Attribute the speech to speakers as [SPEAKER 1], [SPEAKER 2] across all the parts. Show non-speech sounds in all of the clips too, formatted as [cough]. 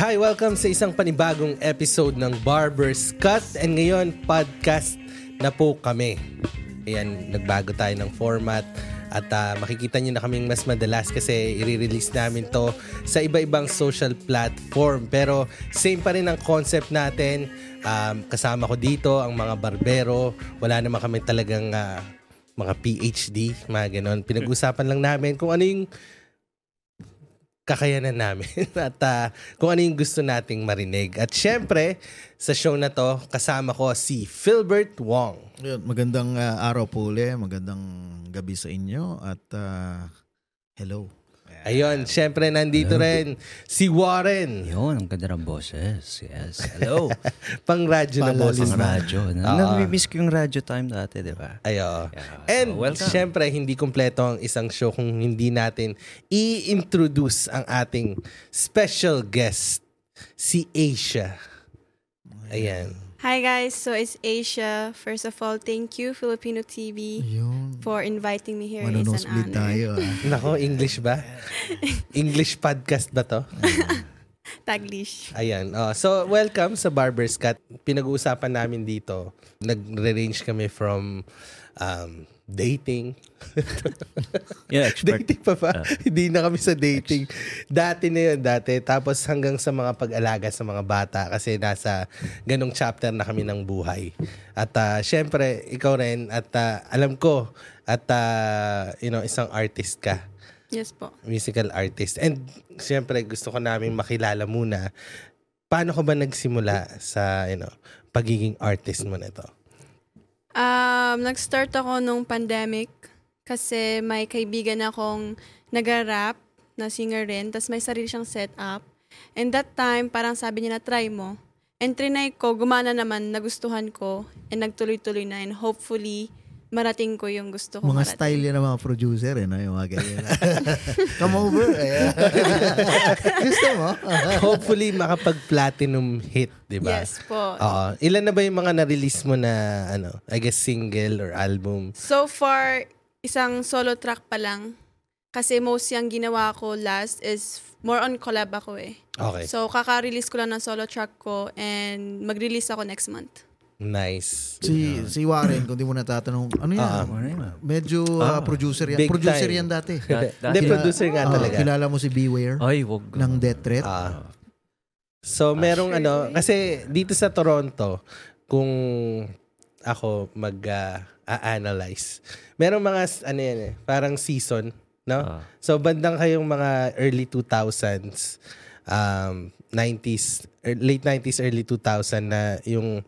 [SPEAKER 1] Hi, welcome sa isang panibagong episode ng Barber's Cut and ngayon podcast na po kami. Ayan, nagbago tayo ng format at ah, makikita nyo na kaming mas madalas kasi i-release namin to sa iba-ibang social platform. Pero same pa rin ang concept natin. Um, kasama ko dito ang mga barbero. Wala naman kami talagang ah, mga PhD, mga ganon. Pinag-usapan lang namin kung ano yung kakayanan namin [laughs] at ah, kung ano yung gusto nating marinig. At syempre, sa show na to, kasama ko si Philbert Wong.
[SPEAKER 2] Yun, magandang ah, araw po uli, magandang gabi sa inyo at ah, hello.
[SPEAKER 1] Ayun, syempre nandito rin si Warren.
[SPEAKER 3] Yun, ang ganda ng boses. Yes.
[SPEAKER 1] [laughs]
[SPEAKER 3] Hello.
[SPEAKER 1] Pang radyo na
[SPEAKER 2] Palalim.
[SPEAKER 1] boses.
[SPEAKER 3] Ang radyo. Na, Namimiss ko yung radyo time dati, di ba?
[SPEAKER 1] Ayo. And
[SPEAKER 3] welcome.
[SPEAKER 1] syempre, hindi kompleto ang isang show kung hindi natin i-introduce ang ating special guest, si Asia. Ayan.
[SPEAKER 4] Hi guys, so it's Asia. First of all, thank you Filipino TV
[SPEAKER 2] Yun.
[SPEAKER 4] for inviting me here. It's an
[SPEAKER 2] Manonosblit
[SPEAKER 4] honor.
[SPEAKER 2] tayo.
[SPEAKER 1] [laughs]
[SPEAKER 2] ah.
[SPEAKER 1] Nako, English ba? English podcast ba to?
[SPEAKER 4] Taglish.
[SPEAKER 1] Ayan. Oh, so, welcome sa Barber's Cut. Pinag-uusapan namin dito. Nag-range kami from um, dating.
[SPEAKER 3] Yeah, expert.
[SPEAKER 1] dating pa ba? Hindi na kami sa dating. Dati na yun, dati. Tapos hanggang sa mga pag-alaga sa mga bata kasi nasa ganong chapter na kami ng buhay. At ah, syempre, ikaw rin. At ah, alam ko, at ah, you know, isang artist ka
[SPEAKER 4] Yes po.
[SPEAKER 1] musical artist. And siyempre gusto ko namin makilala muna paano ka ba nagsimula sa you know, pagiging artist mo nito?
[SPEAKER 4] Um, nag-start ako nung pandemic kasi may kaibigan akong nag-rap na singer rin, tapos may sarili siyang setup. And that time, parang sabi niya na try mo. And trinay ko, gumana naman, nagustuhan ko, and nagtuloy-tuloy na, and hopefully, marating ko yung gusto ko.
[SPEAKER 2] Mga
[SPEAKER 4] marating.
[SPEAKER 2] style yan ng mga producer eh, no? yung mga ganyan. [laughs] Come over. Eh. [laughs] Gusto mo?
[SPEAKER 1] Hopefully makapag-platinum hit, di ba?
[SPEAKER 4] Yes po.
[SPEAKER 1] Oo. Ilan na ba yung mga na-release mo na ano, I guess single or album?
[SPEAKER 4] So far, isang solo track pa lang. Kasi mostly ang ginawa ko last is more on collab ako eh.
[SPEAKER 1] Okay.
[SPEAKER 4] So kaka-release ko lang ng solo track ko and mag-release ako next month.
[SPEAKER 1] Nice.
[SPEAKER 2] Si, si Warren, kung di mo natatanong, ano yan?
[SPEAKER 1] Ah.
[SPEAKER 2] Medyo ah, producer yan.
[SPEAKER 1] Big
[SPEAKER 2] Producer
[SPEAKER 1] time.
[SPEAKER 2] yan dati.
[SPEAKER 3] That- that-
[SPEAKER 1] Hindi,
[SPEAKER 2] Kila-
[SPEAKER 1] producer nga
[SPEAKER 2] Ah,
[SPEAKER 1] talaga.
[SPEAKER 2] Kilala mo si Beware
[SPEAKER 3] Ay, wag.
[SPEAKER 2] ng Death Threat.
[SPEAKER 1] Ah. So, merong ano, kasi dito sa Toronto, kung ako mag-analyze, merong mga, s- ano yan eh, parang season, no?
[SPEAKER 3] Ah.
[SPEAKER 1] So, bandang kayong mga early 2000s, um, 90s, er, late 90s, early 2000 na yung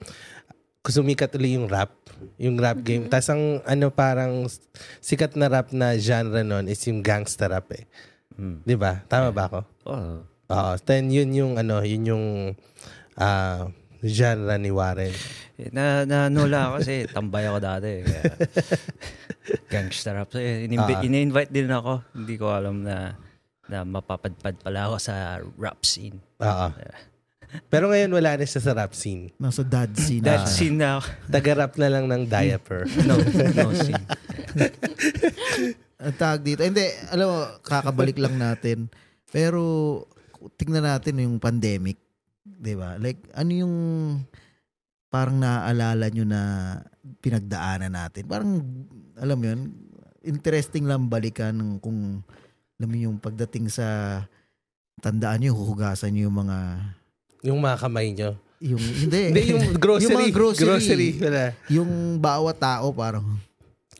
[SPEAKER 1] kusumikat ulit yung rap, yung rap game. Tapos ang ano parang s- sikat na rap na genre nun is yung gangster rap eh.
[SPEAKER 3] Mm.
[SPEAKER 1] 'Di ba? Tama ba ako?
[SPEAKER 3] Oh.
[SPEAKER 1] Oo, then yun yung ano, yun yung ah, genre ni Warren.
[SPEAKER 3] Eh, Na, na nula ako kasi tambay ako
[SPEAKER 1] [laughs]
[SPEAKER 3] dati. eh. Kaya, gangster rap. So, eh, inimbi-
[SPEAKER 1] Ah.
[SPEAKER 3] ini-invite din ako. Hindi ko alam na na mapapadpad pala ako sa rap scene.
[SPEAKER 1] Oo. Pero ngayon wala na siya sa rap scene.
[SPEAKER 2] Nasa dad scene. na
[SPEAKER 3] That
[SPEAKER 2] siya.
[SPEAKER 3] scene na ako.
[SPEAKER 1] Taga-rap na lang ng [laughs] diaper.
[SPEAKER 3] No, no scene.
[SPEAKER 2] Ang tawag dito. Hindi, alam mo, kakabalik lang natin. Pero, tingnan natin yung pandemic. 'di ba Like, ano yung parang naaalala nyo na pinagdaanan natin? Parang, alam mo yun, interesting lang balikan ng kung, alam mo yung pagdating sa tandaan nyo, huhugasan nyo yung mga
[SPEAKER 1] yung mga kamay nyo.
[SPEAKER 2] yung [laughs]
[SPEAKER 1] Eh,
[SPEAKER 2] hindi
[SPEAKER 1] Hindi, yung grocery.
[SPEAKER 2] Yung mga grocery.
[SPEAKER 1] Wala.
[SPEAKER 2] yung bawat tao parang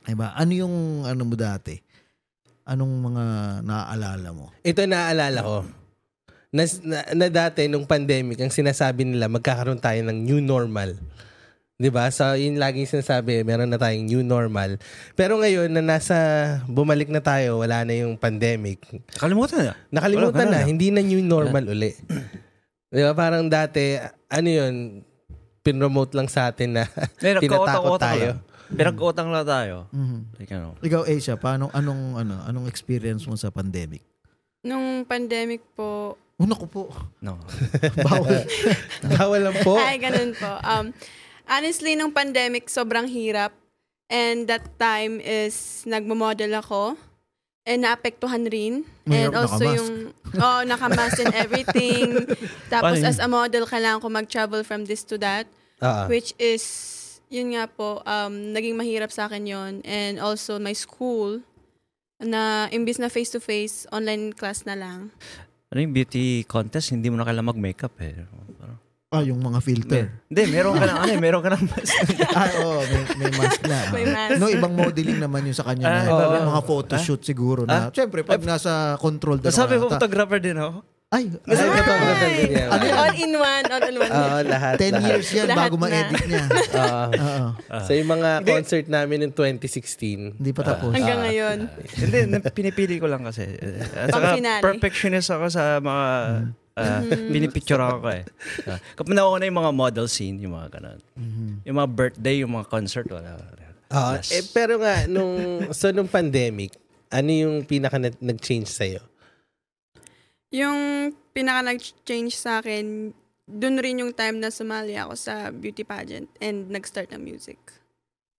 [SPEAKER 2] ay ba ano yung ano mo dati anong mga naaalala mo
[SPEAKER 1] Ito naaalala ko. Na, na, na dati, nung pandemic, ang sinasabi nila, magkakaroon tayo ng new normal. 'Di ba? So, yun laging sinasabi, meron na tayong new normal. Pero ngayon, na nasa, bumalik na tayo, wala na yung pandemic.
[SPEAKER 3] Kalimutan na.
[SPEAKER 1] Nakalimutan
[SPEAKER 3] Wala,
[SPEAKER 1] na,
[SPEAKER 3] ganun na.
[SPEAKER 1] hindi na new normal uli. Di ba? Parang dati, ano yun, pinromote lang sa atin na
[SPEAKER 3] Eh,
[SPEAKER 1] tinatakot
[SPEAKER 3] nagkautang-utang
[SPEAKER 1] tayo.
[SPEAKER 3] lang. Pinag-utang lang tayo.
[SPEAKER 1] Mm-hmm.
[SPEAKER 2] Mhm.
[SPEAKER 3] Like, ano,
[SPEAKER 2] ikaw Asia paano anong ano anong experience mo sa pandemic
[SPEAKER 4] Nung pandemic po,
[SPEAKER 2] oh naku po [laughs]
[SPEAKER 3] no.
[SPEAKER 2] bawal
[SPEAKER 1] Bawal lang Ah, po.
[SPEAKER 2] Oh.
[SPEAKER 4] [laughs] ay ganun
[SPEAKER 2] [laughs]
[SPEAKER 4] po. Um, honestly, nung pandemic, sobrang hirap. And that time is nagmamodel ako. And naapektuhan rin.
[SPEAKER 2] Mahirap
[SPEAKER 4] and also
[SPEAKER 2] nakamask.
[SPEAKER 4] yung, oh, nakamask and
[SPEAKER 2] [laughs]
[SPEAKER 4] everything. Tapos
[SPEAKER 3] Paano yun?
[SPEAKER 4] as a model, kailangan ko mag-travel from this to that.
[SPEAKER 1] Ah, ah.
[SPEAKER 4] Which is, yun nga po, um, naging mahirap sa akin yun. And also, my school, na imbis na face-to-face, online class na lang.
[SPEAKER 3] Ano yung beauty contest, hindi mo na kailangan mag-makeup eh. Parang,
[SPEAKER 2] Ah, yung mga filter.
[SPEAKER 3] Mer- Hindi, meron ka na, ano, eh, meron ka
[SPEAKER 2] [laughs]
[SPEAKER 3] na mas.
[SPEAKER 2] ah, oo, may, may mask na.
[SPEAKER 4] May mask.
[SPEAKER 2] No, ibang modeling naman yung sa kanya na.
[SPEAKER 3] Ah, iba
[SPEAKER 1] ba?
[SPEAKER 2] mga photoshoot siguro na. Siyempre, pag nasa control doon.
[SPEAKER 3] Sabi ko,
[SPEAKER 2] ako nata-
[SPEAKER 3] photographer din ako.
[SPEAKER 1] Ay,
[SPEAKER 2] Ay, ay,
[SPEAKER 1] totoo, totoo, ganyan.
[SPEAKER 4] Ay! All in one, all in one.
[SPEAKER 1] Oo, lahat.
[SPEAKER 2] 10
[SPEAKER 1] lahat.
[SPEAKER 2] years yan
[SPEAKER 4] Lahat
[SPEAKER 2] bago
[SPEAKER 4] na.
[SPEAKER 2] ma-edit
[SPEAKER 4] [laughs]
[SPEAKER 2] niya.
[SPEAKER 1] Oo.
[SPEAKER 2] Oo.
[SPEAKER 1] So yung mga concert namin ng 2016,
[SPEAKER 2] Hindi
[SPEAKER 3] Ah.
[SPEAKER 2] pa tapos.
[SPEAKER 4] Hanggang ngayon.
[SPEAKER 3] Hindi, na- pinipili ko lang kasi. At saka,
[SPEAKER 4] Pang-finale. Mm-hmm.
[SPEAKER 3] perfectionist ako sa mga,
[SPEAKER 2] Mm-hmm.
[SPEAKER 3] ah, pinipicture ako
[SPEAKER 2] [laughs]
[SPEAKER 3] eh. Uh, kapag nauna yung mga model scene, yung mga ganun.
[SPEAKER 2] Mm-hmm.
[SPEAKER 3] Yung mga birthday, yung mga concert, wala.
[SPEAKER 1] Oo.
[SPEAKER 3] Yes.
[SPEAKER 1] Eh, pero nga, nung, so nung pandemic, ano yung pinaka na- nag-change sa'yo?
[SPEAKER 4] Yung pinaka nag-change sa akin, dun rin yung time na sumali ako sa beauty pageant and nag-start ang music.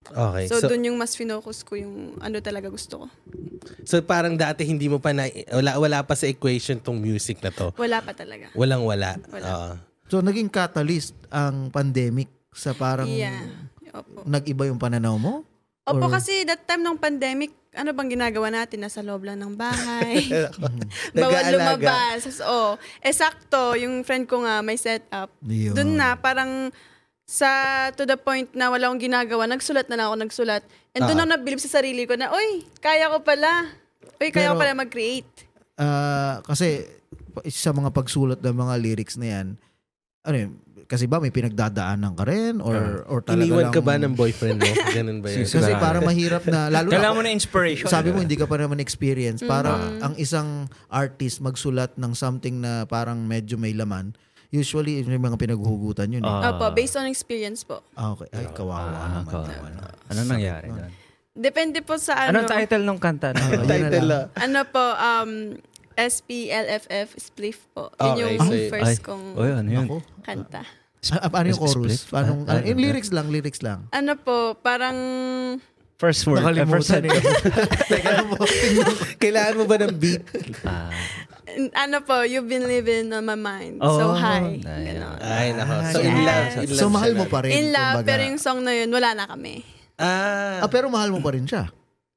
[SPEAKER 1] Okay.
[SPEAKER 4] So,
[SPEAKER 1] So, so,
[SPEAKER 4] dun yung mas finocus ko yung ano talaga gusto ko.
[SPEAKER 1] parang dati hindi mo pa na, wala, wala pa sa equation tong music na to.
[SPEAKER 4] Wala pa talaga.
[SPEAKER 1] Walang wala.
[SPEAKER 4] Wala.
[SPEAKER 1] Oo.
[SPEAKER 2] So, naging catalyst ang pandemic sa parang
[SPEAKER 4] Yeah. Opo.
[SPEAKER 2] nag-iba yung pananaw mo?
[SPEAKER 4] Opo,
[SPEAKER 2] Or-
[SPEAKER 4] kasi that time ng pandemic, ano bang ginagawa natin? Nasa loob lang ng bahay.
[SPEAKER 1] [laughs]
[SPEAKER 4] Bawal
[SPEAKER 1] Nag-aalaga.
[SPEAKER 4] lumabas. So, eh, sakto, yung friend ko nga may setup.
[SPEAKER 2] Yun.
[SPEAKER 4] Doon na, parang sa to the point na wala akong ginagawa, nagsulat na lang ako, nagsulat. And doon
[SPEAKER 1] Ah.
[SPEAKER 4] ako nabilib sa sarili ko na, oy, kaya ko pala. Oy, kaya ko
[SPEAKER 2] Pero-
[SPEAKER 4] pala mag-create.
[SPEAKER 2] Ah, kasi pa- sa mga pagsulat ng mga lyrics na yan, ano yun, kasi ba may pinagdadaanan ka rin or or talaga
[SPEAKER 1] Iniwan
[SPEAKER 2] lang,
[SPEAKER 1] ka ba ng boyfriend mo? Ganun ba [laughs] yun?
[SPEAKER 2] kasi para mahirap na lalo na
[SPEAKER 3] Kailangan mo na inspiration.
[SPEAKER 2] sabi mo hindi ka pa naman experience parang ang isang artist magsulat ng something na parang medyo may laman usually yung mga pinaghugutan yun eh.
[SPEAKER 3] Ah.
[SPEAKER 4] Opo, based on experience po.
[SPEAKER 2] Ah, okay ay kawawa
[SPEAKER 3] Ah,
[SPEAKER 2] naman
[SPEAKER 3] kawawa.
[SPEAKER 2] kawawa naman.
[SPEAKER 3] Ano nangyari doon?
[SPEAKER 4] Depende po sa ano.
[SPEAKER 3] Anong title ng kanta?
[SPEAKER 2] Ayun na
[SPEAKER 1] Title
[SPEAKER 2] lang.
[SPEAKER 1] ah.
[SPEAKER 4] ano po, um, SPLFF, Spliff po. Yun
[SPEAKER 1] Okay,
[SPEAKER 4] yung
[SPEAKER 1] so-
[SPEAKER 4] first kong
[SPEAKER 3] Ay, ano yun?
[SPEAKER 2] Ako?
[SPEAKER 4] kanta.
[SPEAKER 2] Ah, ah, ano yung chorus?
[SPEAKER 3] Split?
[SPEAKER 2] Anong,
[SPEAKER 3] Ah,
[SPEAKER 2] ano, yung
[SPEAKER 3] ah,
[SPEAKER 2] lyrics lang, lyrics lang.
[SPEAKER 4] Ano po, parang
[SPEAKER 3] First word. eh, first
[SPEAKER 2] Nakalimutan eh.
[SPEAKER 1] Kailangan mo ba ng beat?
[SPEAKER 3] Ah.
[SPEAKER 4] ano po, you've been living on my mind. so
[SPEAKER 3] Oh,
[SPEAKER 4] high.
[SPEAKER 3] nice.
[SPEAKER 4] Ganon.
[SPEAKER 1] Ay, nako. So,
[SPEAKER 4] yes.
[SPEAKER 1] in love. in love
[SPEAKER 2] so
[SPEAKER 1] siya
[SPEAKER 2] mahal mo
[SPEAKER 1] na.
[SPEAKER 2] pa rin.
[SPEAKER 4] In love,
[SPEAKER 2] kumbaga.
[SPEAKER 4] pero yung song na yun, wala na kami.
[SPEAKER 1] Ah.
[SPEAKER 2] Ah, pero mahal mo pa rin siya.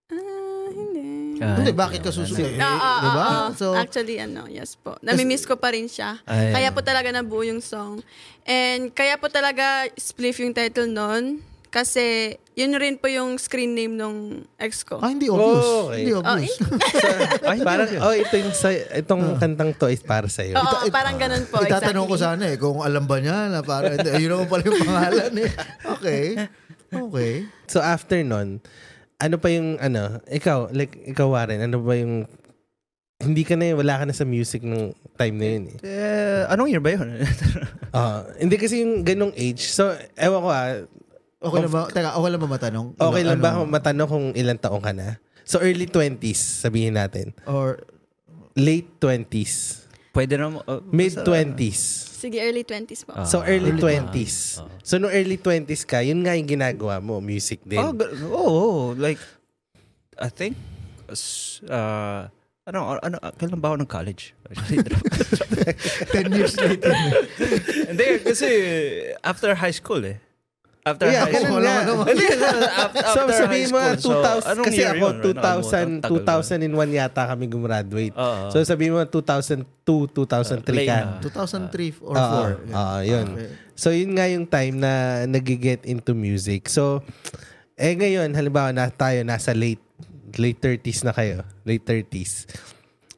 [SPEAKER 4] Ah, hindi.
[SPEAKER 3] Ah,
[SPEAKER 2] Hindi, bakit ka susunod?
[SPEAKER 4] Oo, oo,
[SPEAKER 2] Diba?
[SPEAKER 4] oo.
[SPEAKER 2] So,
[SPEAKER 4] Actually, ano, yes po. Namimiss ko pa rin siya.
[SPEAKER 3] Ay.
[SPEAKER 4] kaya po talaga nabuo yung song. And kaya po talaga spliff yung title nun. Kasi yun rin po yung screen name nung ex ko.
[SPEAKER 2] ah, hindi obvious.
[SPEAKER 1] Oh, okay.
[SPEAKER 2] Hindi obvious.
[SPEAKER 3] Ay,
[SPEAKER 1] parang, oh, ito yung, sa, itong kantang to is para sa'yo.
[SPEAKER 4] [laughs] Oo,
[SPEAKER 2] Ita- it-
[SPEAKER 4] parang ganun po.
[SPEAKER 2] Itatanong ko
[SPEAKER 4] exactly.
[SPEAKER 2] sana eh, kung alam ba niya na parang, hindi, ayun naman pala yung pangalan eh. Okay. Okay.
[SPEAKER 1] So, after nun, ano pa yung, ano, ikaw, like, ikaw, Warren, ano ba yung, hindi ka na, wala ka na sa music nung time na yun eh.
[SPEAKER 3] [laughs] Eh, anong year
[SPEAKER 2] [laughs]
[SPEAKER 3] ba yun?
[SPEAKER 1] Ah, hindi kasi yung ganong age. So, ewan ko ah,
[SPEAKER 2] Okay lang ba? Teka, okay lang ba matanong?
[SPEAKER 1] okay lang ba
[SPEAKER 2] Ano-
[SPEAKER 1] kung matanong kung ilang taong ka na? So, early 20s, sabihin natin.
[SPEAKER 2] Or,
[SPEAKER 1] Late 20s.
[SPEAKER 3] Pwede na mo. oh,
[SPEAKER 1] Mid 20s.
[SPEAKER 4] Sige, early 20s po.
[SPEAKER 3] Ah.
[SPEAKER 1] So, early
[SPEAKER 2] Early
[SPEAKER 1] 20s. So, no early 20s ka, yun nga yung ginagawa mo, music din.
[SPEAKER 3] Oh, ga- oh, oh, like, I think, s- uh, ano, ano, kailan ba ako ng college?
[SPEAKER 2] 10 years later.
[SPEAKER 3] [laughs] Hindi, kasi after high school eh. After
[SPEAKER 1] Yeah,
[SPEAKER 3] high
[SPEAKER 1] ganun
[SPEAKER 3] school.
[SPEAKER 1] nga.
[SPEAKER 3] Hindi, after,
[SPEAKER 1] so,
[SPEAKER 3] after
[SPEAKER 1] sabihin
[SPEAKER 3] high
[SPEAKER 1] mo,
[SPEAKER 3] school.
[SPEAKER 1] 2000,
[SPEAKER 3] So, anong
[SPEAKER 1] kasi
[SPEAKER 3] year
[SPEAKER 1] ako,
[SPEAKER 3] yun? Ano, ano,
[SPEAKER 1] 2000,
[SPEAKER 3] tagal ba?
[SPEAKER 1] 2001 yata kami gumraduate.
[SPEAKER 3] Oo.
[SPEAKER 1] So, sabihin mo, 2002, 2003
[SPEAKER 3] Late
[SPEAKER 1] ka.
[SPEAKER 3] na.
[SPEAKER 2] 2003 or
[SPEAKER 1] Oo,
[SPEAKER 2] 4.
[SPEAKER 1] oo, Ah, yun.
[SPEAKER 2] Okay.
[SPEAKER 1] So, yun nga yung time na nagiget into music. So, eh ngayon, halimbawa na tayo nasa late late 30s na kayo. Late 30s.